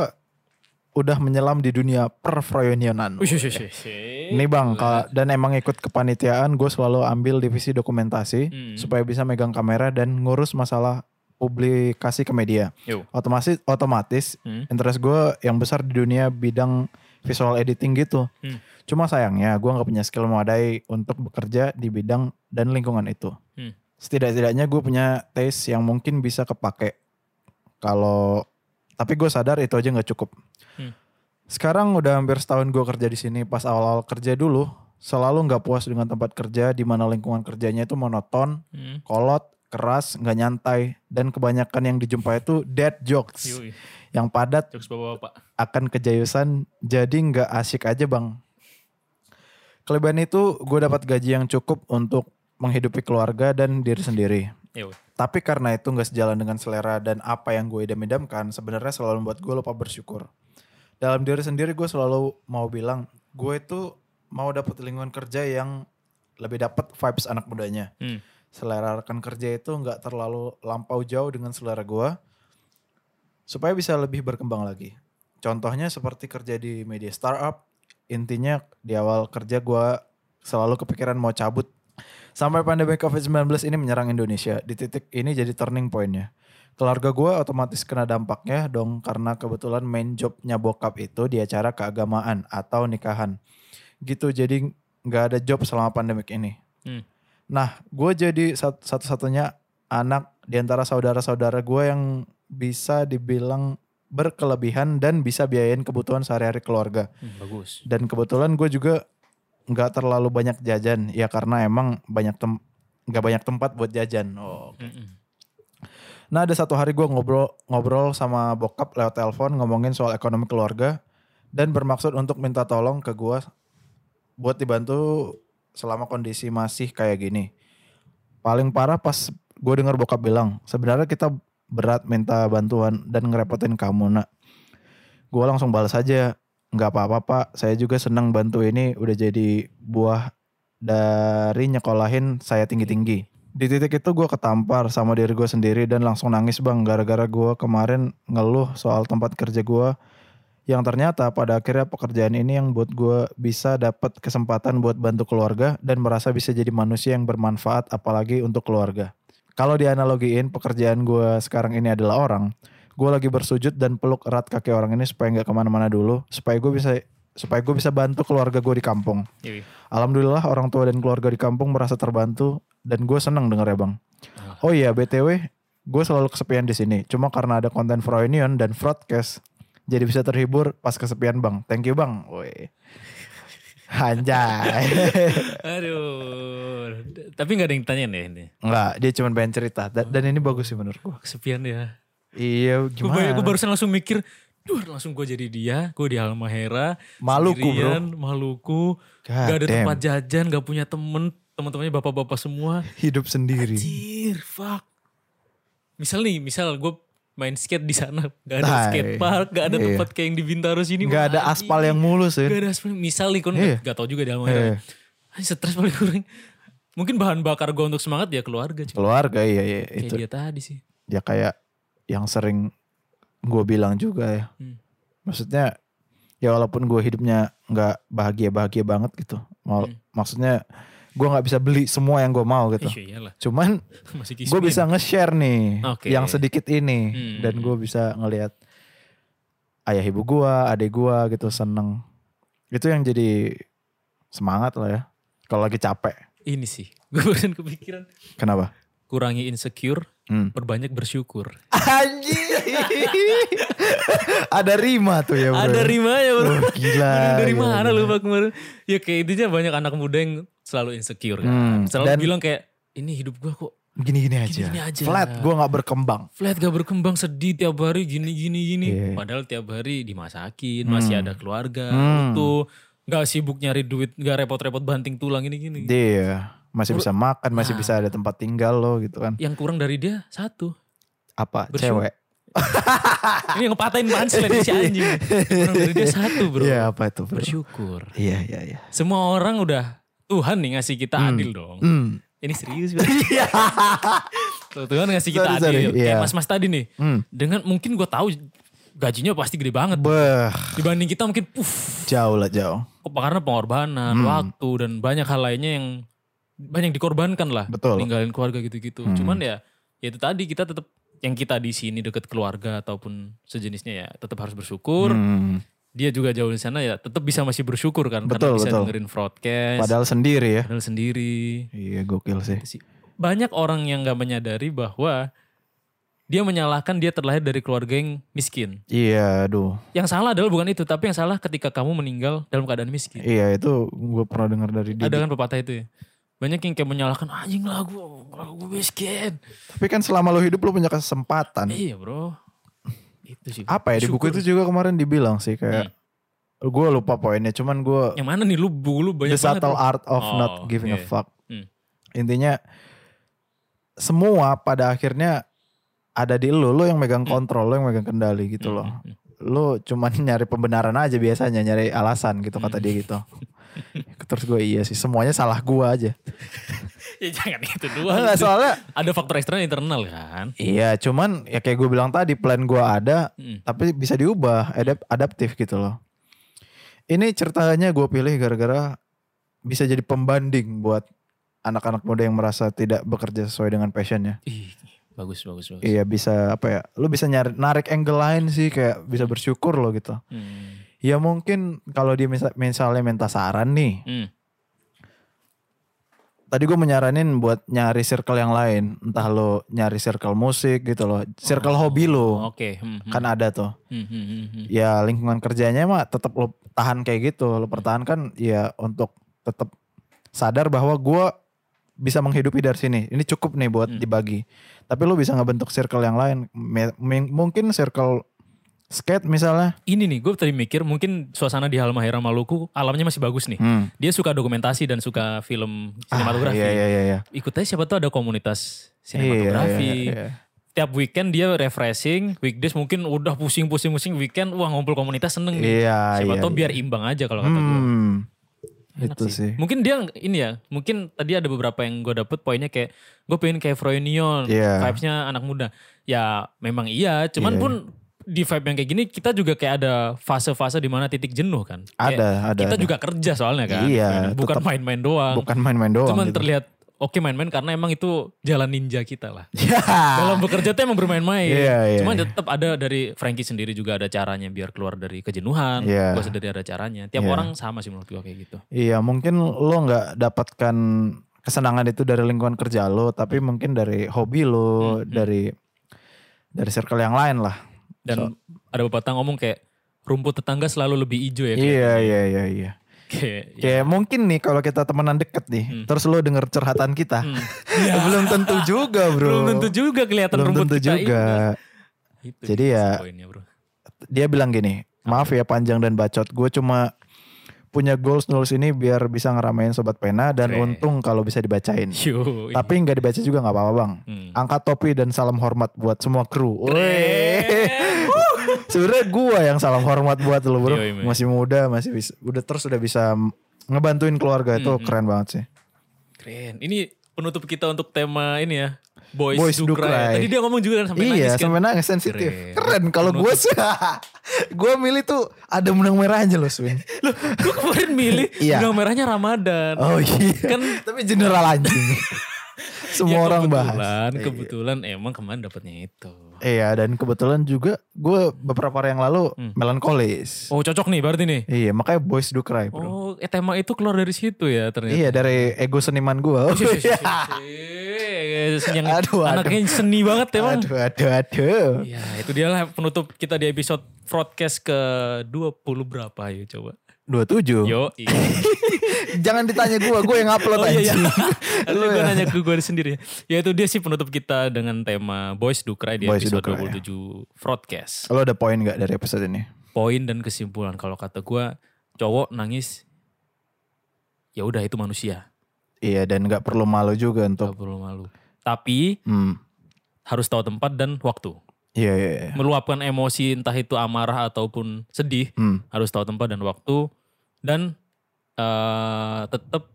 udah menyelam di dunia perfroyonionan.
Wih, wih, wih, wih.
Nih bang, kalau- dan emang ikut kepanitiaan gue selalu ambil divisi dokumentasi
Hmm.
supaya bisa megang kamera dan ngurus masalah publikasi ke media.
Yo.
Otomatis, otomatis
Hmm.
interest gue yang besar di dunia bidang visual editing gitu.
Hmm.
Cuma sayangnya gue nggak punya skill memadai untuk bekerja di bidang dan lingkungan itu.
Hmm.
Setidak-tidaknya gue punya taste yang mungkin bisa kepake. Kalau tapi gue sadar itu aja nggak cukup.
Hmm.
Sekarang udah hampir setahun gue kerja di sini. Pas awal-awal kerja dulu selalu nggak puas dengan tempat kerja di mana lingkungan kerjanya itu monoton,
Hmm.
kolot, keras, nggak nyantai dan kebanyakan yang dijumpai itu dead jokes
Yoi.
yang padat
Jokes bapak-bapak.
akan kejayusan jadi nggak asik aja bang. Kelebihan itu gue dapat gaji yang cukup untuk menghidupi keluarga dan diri sendiri.
Yo.
Tapi karena itu nggak sejalan dengan selera dan apa yang gue idam-idamkan sebenarnya selalu membuat gue lupa bersyukur. Dalam diri sendiri gue selalu mau bilang gue itu mau dapat lingkungan kerja yang lebih dapat vibes anak mudanya
Hmm.
selera rekan kerja itu nggak terlalu lampau jauh dengan selera gua supaya bisa lebih berkembang lagi. Contohnya seperti kerja di media startup, intinya di awal kerja gua selalu kepikiran mau cabut. Sampai pandemi COVID-19 ini menyerang Indonesia, di titik ini jadi turning pointnya. Keluarga gua otomatis kena dampaknya dong karena kebetulan main jobnya bokap itu di acara keagamaan atau nikahan. Gitu jadi nggak ada job selama pandemik ini. Nah, gue jadi sat- satu-satunya anak di antara saudara-saudara gue yang bisa dibilang berkelebihan dan bisa biayain kebutuhan sehari-hari keluarga.
Hmm, bagus.
Dan kebetulan gue juga nggak terlalu banyak jajan, ya karena emang banyak tem nggak banyak tempat buat jajan. Oh.
Mm-mm.
Nah, ada satu hari gue ngobrol ngobrol sama bokap lewat telepon ngomongin soal ekonomi keluarga dan bermaksud untuk minta tolong ke gue buat dibantu selama kondisi masih kayak gini. Paling parah pas gue dengar bokap bilang, sebenarnya kita berat minta bantuan dan ngerepotin kamu nak. Gue langsung balas aja, nggak apa-apa pak, saya juga senang bantu ini udah jadi buah dari nyekolahin saya tinggi-tinggi. Di titik itu gue ketampar sama diri gue sendiri dan langsung nangis bang gara-gara gue kemarin ngeluh soal tempat kerja gue yang ternyata pada akhirnya pekerjaan ini yang buat gue bisa dapat kesempatan buat bantu keluarga dan merasa bisa jadi manusia yang bermanfaat apalagi untuk keluarga. Kalau dianalogiin pekerjaan gue sekarang ini adalah orang, gue lagi bersujud dan peluk erat kaki orang ini supaya nggak kemana-mana dulu, supaya gue bisa supaya gue bisa bantu keluarga gue di kampung.
Yoi.
Alhamdulillah orang tua dan keluarga di kampung merasa terbantu dan gue seneng denger ya bang.
Ah.
Oh iya btw, gue selalu kesepian di sini. Cuma karena ada konten Froynion dan broadcast, jadi bisa terhibur pas kesepian bang. Thank you bang. Woi. Anjay.
Aduh. Tapi nggak ada yang tanya nih ini.
Enggak, dia cuma pengen cerita. Da- Dan, ini bagus sih menurut gue.
Kesepian ya.
Iya
Gue
gimana?
barusan langsung mikir, duh langsung gue jadi dia, gue di Halmahera,
Maluku, bro.
sendirian, Maluku,
God
gak ada
damn.
tempat jajan, gak punya temen, teman-temannya bapak-bapak semua.
Hidup sendiri.
Anjir, fuck. Misal nih, misal gue main skate di sana, gak ada
Hai.
skate park, gak ada
Iya.
tempat kayak yang di Bintaro sini.
Enggak
Wah,
ada
anjing.
aspal yang mulus
Gak
ya.
ada aspal. Misal nih, kan
Iya.
gak tau juga di Halmahera.
Iya.
Anjing, stres paling kurang. Mungkin bahan bakar gue untuk semangat ya keluarga. cuy.
Keluarga iya iya
Kayak
itu.
dia tadi sih.
Ya kayak yang sering gue bilang juga ya.
Hmm.
Maksudnya ya walaupun gue hidupnya nggak bahagia-bahagia banget gitu. Mau,
Hmm.
Maksudnya gue nggak bisa beli semua yang gue mau gitu.
Iya iyalah,
Cuman
masih kismin.
gue bisa nge-share nih
Oke.
yang sedikit ini
Hmm.
dan gue bisa ngelihat ayah ibu gue, adik gue gitu seneng. Itu yang jadi semangat lah ya. Kalau lagi capek.
Ini sih. Gue barusan kepikiran.
Kenapa?
Kurangi insecure,
Hmm.
perbanyak bersyukur.
Anjir. Ada rima tuh ya bro.
Ada rimanya bro.
Wah, iya, gila. ya,
Aduh, dari
gila,
mana
gila.
lu Pak kemarin? Ya kayak intinya banyak anak muda yang selalu insecure kan.
Hmm,
Selalu
dan-
bilang kayak ini hidup gua kok
Gini-gini aja.
Gini-gini aja.
Flat, gue gak berkembang.
flat gak berkembang sedih tiap hari gini gini gini.
Iya.
Padahal tiap hari dimasakin,
Hmm.
masih ada keluarga,
Hmm.
utuh. Gak sibuk nyari duit, gak repot-repot banting tulang ini gini.
Dia Iya. masih bisa makan,
Iya.
masih
Nah.
bisa ada tempat tinggal lo gitu kan.
Yang kurang dari dia satu.
Apa?
Bersyukur.
Cewek.
Ini yang ngepatahin punchline si anjing. Yang kurang dari dia satu bro.
Iya apa itu bro?
Bersyukur.
Iya, iya, iya.
Semua orang udah Tuhan nih ngasih kita
Hmm.
adil dong.
Hmm. Iya.
Ini serius bro. Tuh, Tuhan ngasih kita
Sorry,
adil.
sorry,
Kayak
iya.
mas-mas tadi nih.
Hmm.
Dengan mungkin gue tahu gajinya pasti gede banget.
Beuh,
Dibanding kita mungkin puff.
jauh lah jauh.
Karena pengorbanan,
Hmm.
waktu dan banyak hal lainnya yang banyak dikorbankan lah.
Betul.
Ninggalin keluarga gitu-gitu.
Hmm.
Cuman ya, ya itu tadi kita tetap yang kita di sini deket keluarga ataupun sejenisnya ya tetap harus bersyukur.
Hmm.
Dia juga jauh di sana ya tetap bisa masih bersyukur kan karena
Betul,
bisa
betul.
dengerin broadcast, padahal,
Padahal sendiri ya.
sendiri.
Iya gokil sih.
Itu sih. Banyak orang yang nggak menyadari bahwa dia menyalahkan dia terlahir dari keluarga yang miskin.
Iya, aduh.
Yang salah adalah bukan itu, tapi yang salah ketika kamu meninggal dalam keadaan miskin.
Iya itu gue pernah dengar dari dia.
Ada kan pepatah itu ya. Banyak yang kayak menyalahkan anjing lah gue, gue miskin.
Tapi kan selama lo hidup lo punya kesempatan.
Iya bro. Itu sih.
Apa ya di buku
Syukur.
itu juga kemarin dibilang sih kayak gue lupa poinnya. Cuman gue
Yang mana nih lu bu, lu Ya, banyak
the
banget.
subtle
bro.
art of
Oh,
not giving
iya.
a fuck.
Hmm.
Intinya semua pada akhirnya ada di lo, lo yang megang kontrol, lo yang megang kendali gitu loh.
Hmm.
Lo cuman nyari pembenaran aja biasanya, nyari alasan gitu kata dia gitu. Terus gue iya sih, semuanya salah gue aja.
Ya jangan itu
Enggak,
doang.
soalnya
Ada faktor eksternal internal kan.
Iya, cuman ya kayak gue bilang tadi plan gue ada,
Hmm.
tapi bisa diubah, adapt, adaptif gitu loh. Ini ceritanya gue pilih gara-gara bisa jadi pembanding buat anak-anak muda yang merasa tidak bekerja sesuai dengan passionnya.
Ih, bagus bagus bagus.
Iya bisa apa ya? Lu bisa nyari narik angle lain sih kayak bisa bersyukur loh gitu.
Hmm.
Ya mungkin kalau dia misa- misalnya minta saran nih,
Hmm.
tadi gue menyaranin buat nyari circle yang lain, entah lo nyari circle musik gitu loh, circle hobi lo
Oke. Hmm, hmm,
kan ada tuh.
hmm, hmm, hmm, hmm.
ya lingkungan kerjanya mah tetap lo tahan kayak gitu lo pertahankan ya untuk tetap sadar bahwa gue bisa menghidupi dari sini ini cukup nih buat
Hmm.
dibagi tapi lo bisa ngebentuk circle yang lain Me- mi- mungkin circle skate misalnya
Ini nih gue tadi mikir mungkin suasana di Halmahera Maluku alamnya masih bagus nih.
hmm.
Dia suka dokumentasi dan suka film Ah, sinematografi.
iya iya iya iya
ikut aja siapa tuh ada komunitas
Iya,
sinematografi. Hmm.
iya, iya.
Tiap weekend dia refreshing, weekdays mungkin udah pusing-pusing-pusing weekend, wah ngumpul komunitas seneng nih.
Iya,
siapa
iya,
tahu
iya.
biar imbang aja kalau kata gue.
hmm.
Enak
itu sih
Mungkin dia ini ya, mungkin tadi ada beberapa yang gue dapet poinnya kayak gue pengen kayak Froynion,
Iya.
vibes-nya anak muda. Ya memang iya, cuman
Iya.
pun di vibe yang kayak gini kita juga kayak ada fase-fase di mana titik jenuh kan. Kayak
ada ada
kita
ada.
juga kerja soalnya kan.
Iya,
bukan
tetap-
main-main doang.
bukan main-main doang
Cuman
gitu.
terlihat oke main-main karena emang itu jalan ninja kita lah.
Ya.
Dalam bekerja tuh emang bermain-main.
Iya, iya,
Cuman
iya.
tetap ada dari Frankie sendiri juga ada caranya biar keluar dari kejenuhan.
Iya.
Gue sendiri ada caranya. Tiap
Iya.
orang sama sih menurut gue kayak gitu.
Iya mungkin lo nggak dapatkan kesenangan itu dari lingkungan kerja lo, tapi mungkin dari hobi lo,
Hmm, hmm.
dari dari circle yang lain lah.
Dan ada pepatah ngomong kayak rumput tetangga selalu lebih hijau ya. kayak-
Iya iya iya iya.
Kayak, ya.
Kayak mungkin nih kalau kita temenan deket nih,
Mm.
terus lo denger curhatan kita, Ya,
Hmm.
belum tentu juga
Belum
bro.
tentu juga kelihatan
Belum
rumput
tentu
kita
juga.
ini. Nah, Itu
Jadi
sih
ya-
poinnya, bro.
Dia bilang gini, maaf ya panjang dan bacot, gue cuma punya goals nulis ini biar bisa ngeramein sobat pena dan
Keren.
untung kalau bisa dibacain.
Yo, ini.
Tapi nggak dibaca juga nggak apa-apa bang.
Hmm.
Angkat topi dan salam hormat buat semua kru.
Keren.
Weh. Sebenarnya gua yang salam hormat buat lo bro.
Yoi, man.
Masih muda, masih bisa, udah terus udah bisa ngebantuin keluarga itu
Hmm.
keren banget sih.
Keren. Ini penutup kita untuk tema ini ya. Boys,
Boys
Do
Do
Cry.
Cry.
Tadi dia ngomong juga kan sampai
iya,
nangis kan.
sampai nangis sensitif.
Keren.
Keren. Kalau gue sih, gue milih tuh ada menang merah aja loh Swin.
Loh, gue kemarin milih
Iya.
benang merahnya Ramadan.
Oh iya.
Kan-
Tapi general anjing.
Ya,
Semua orang
kebetulan,
bahas.
Kebetulan emang kemarin dapatnya itu.
Iya dan kebetulan juga gue beberapa hari yang lalu
Hmm.
melankolis.
Oh cocok nih berarti nih.
Iya makanya boys do cry bro.
Oh eh, tema itu keluar dari situ ya ternyata.
Iya dari ego seniman gue.
Ih, ih, ih, Iya, Yang
Iya. Aduh, aduh.
anaknya seni banget ya Bang.
aduh aduh aduh.
Ya itu dialah penutup kita di episode broadcast ke 20 berapa ya coba.
27.
Yo.
Jangan ditanya gue, gue yang upload
Oh
aja.
iya iya. Lu
Lu
gue
ya.
nanya ke gue sendiri. Ya itu dia sih penutup kita dengan tema Boys Do Cry di
Boys Do
episode
Cry,
27 broadcast.
Lo ada poin gak dari episode ini?
Poin dan kesimpulan kalau kata gue cowok nangis ya udah itu manusia.
Iya dan gak perlu malu juga
Gak
untuk.
perlu malu. Tapi
Hmm.
harus tahu tempat dan waktu.
Iya iya. iya.
Meluapkan emosi entah itu amarah ataupun sedih
Hmm.
harus tahu tempat dan waktu dan eh tetap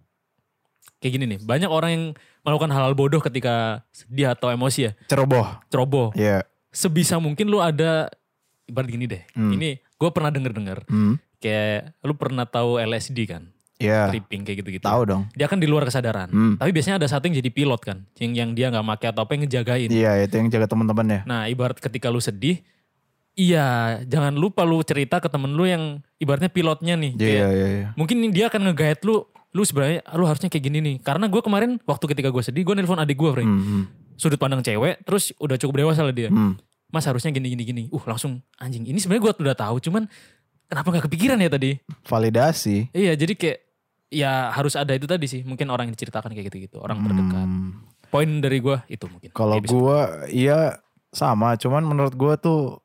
kayak gini nih banyak orang yang melakukan hal-hal bodoh ketika sedih atau emosi ya
Ceroboh.
ceroboh
Iya.
sebisa mungkin lu ada ibarat gini deh
Hmm.
ini gue pernah denger-denger
Hmm.
kayak lu pernah tahu LSD kan
Iya.
tripping kayak gitu-gitu
Tahu dong.
dia kan di luar kesadaran
Hmm.
tapi biasanya ada satu yang jadi pilot kan yang yang dia nggak pakai atau apa yang ngejagain
Iya itu yang jaga teman-teman ya.
Nah, ibarat ketika lu sedih, iya, jangan lupa lu cerita ke temen lu yang ibaratnya pilotnya nih.
Iya
Kayak,
iya iya. iya.
Mungkin dia akan nge lu, lu sebenarnya lu harusnya kayak gini nih. Karena gue kemarin waktu ketika gue sedih, gue nelpon adik gue, Frey.
Hmm, hmm,
Sudut pandang cewek, terus udah cukup dewasa lah dia.
hmm.
Mas harusnya gini gini gini. Uh, langsung anjing. Ini sebenarnya gue udah tahu, cuman kenapa nggak kepikiran ya tadi?
Validasi.
Iya, jadi kayak ya harus ada itu tadi sih. Mungkin orang yang diceritakan kayak gitu-gitu, orang terdekat.
Hmm.
Poin dari gue itu mungkin.
Kalau
Episode.
gua iya sama, cuman menurut gua tuh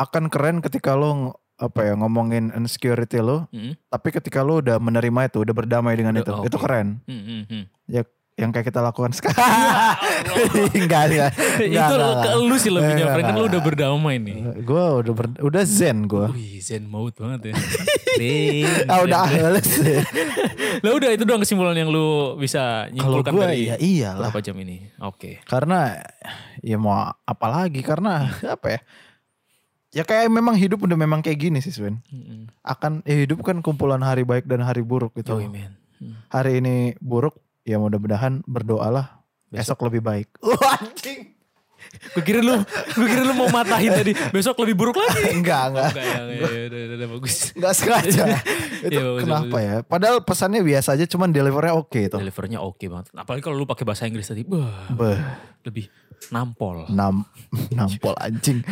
akan keren ketika lo ng- apa ya ngomongin insecurity lo,
Mm-mm,
tapi ketika lo udah menerima itu, udah berdamai dengan
Udah,
itu,
oh,
itu
oke. Ya
keren.
mm, mm, mm.
Yang kayak kita lakukan sekarang. enggak, ya. enggak. enggak,
itu
enggak,
ke
enggak.
lu sih lebih
Enggak,
nyamperin kan lu
enggak.
udah berdamai nih.
Gua udah ber, udah zen gua.
Wih zen mode banget ya.
Ah udah males.
Lah udah itu doang kesimpulan yang lu bisa
Kalau
nyimpulkan
gua
dari
ya iyalah.
berapa jam ini. Oke.
Karena ya mau apa lagi karena apa ya? Ya kayak memang hidup udah memang kayak gini sih Sven.
Heeh.
akan ya hidup kan kumpulan hari baik dan hari buruk gitu.
Yoi, man. Hmm.
Hari ini buruk, ya mudah-mudahan berdoalah
Besok.
besok, lebih baik. Wah, anjing.
Gue kira lu gue kira lu mau matahin tadi. Besok lebih buruk lagi.
Enggak, enggak.
Enggak ya, ya, ya, udah, udah, udah, bagus.
Enggak sengaja. itu
Iya, bagus,
kenapa ya? Padahal pesannya biasa aja cuman delivernya oke itu.
Delivernya oke banget. Apalagi kalau lu pakai bahasa Inggris tadi, bah,
Beh,
lebih nampol.
nam nampol anjing.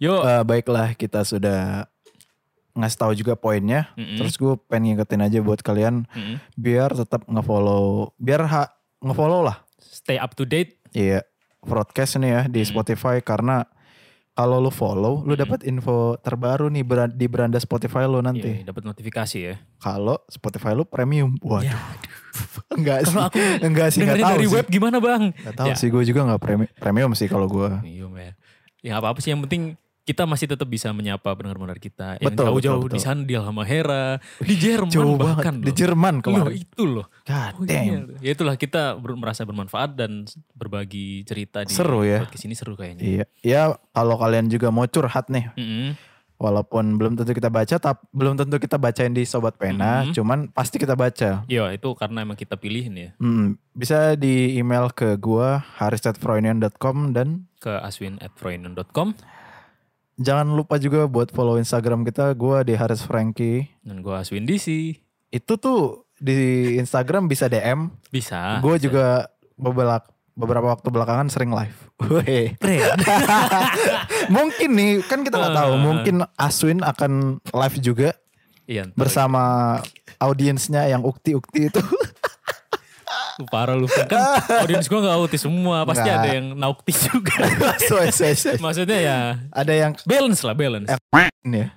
Yo,
Eh, baiklah kita sudah ngasih tahu juga poinnya.
Mm-mm.
Terus gue pengen ngingetin aja buat kalian
Mm-mm.
biar tetap ngefollow, biar ha, ngefollow lah
stay up to date.
Iya, broadcast nih ya
Hmm.
di Spotify karena kalau lu follow, lu dapat info terbaru nih beran- di beranda Spotify lu nanti.
Iya, dapat notifikasi ya.
Kalau Spotify lu premium, waduh. enggak sih.
Kalau aku
enggak sih, enggak
Dengerin
tahu
dari
sih.
web gimana, Bang?
Enggak tahu
Ya.
sih gue juga enggak premi- premium sih kalau gua.
Iya men. Ya nggak apa-apa sih yang penting kita masih tetap bisa menyapa pendengar-pendengar kita. Yang
Betul,
jauh-jauh
betul,
di
betul.
sana di Alhamera, di Jerman
Jauh
bahkan
banget di
loh.
Jerman
Loh,
kemarin.
Iya, itu loh.
God
Oh,
damn.
iya. Ya itulah kita ber- merasa bermanfaat dan berbagi cerita di
Seru ya.
podcast ini seru kayaknya.
Iya, ya kalau kalian juga mau curhat nih,
Mm-mm.
walaupun belum tentu kita baca, tapi belum tentu kita bacain di sobat pena,
Mhm.
cuman pasti kita baca.
Iya itu karena emang kita pilihin ya
Hmm, bisa di email ke gua haris@froynian.com dan
ke aswin@froinen.com
jangan lupa juga buat follow Instagram kita gua di Haris Franky.
dan gue Aswin DC.
Itu tuh di Instagram bisa DM.
Ah, Bisa.
gua juga bebelak beberapa waktu belakangan sering live. Weh. mungkin nih kan kita nggak tahu, mungkin Aswin akan live juga
Iya, ntar.
bersama audiensnya yang ukti-ukti itu.
Lu parah lu. Kan audiens gue gak autis semua. Pasti
Nggak.
ada yang naukti juga.
So, so, so.
Maksudnya ya
Ada yang
balance lah balance.
Eh, ini ya.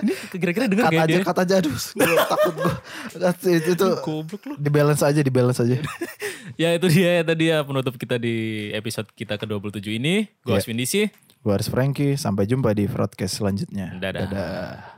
Ini kira-kira denger
Kata
kayak
aja,
dia.
kata aja, aduh, gua takut gua. Itu, itu,
Goblok lu.
di balance aja, di balance aja.
Ya itu dia ya tadi ya penutup kita di episode kita ke-27 ini. Gue
Iya.
Aswin DC.
Gue harus Frankie, sampai jumpa di broadcast selanjutnya.
Dadah.
Dadah.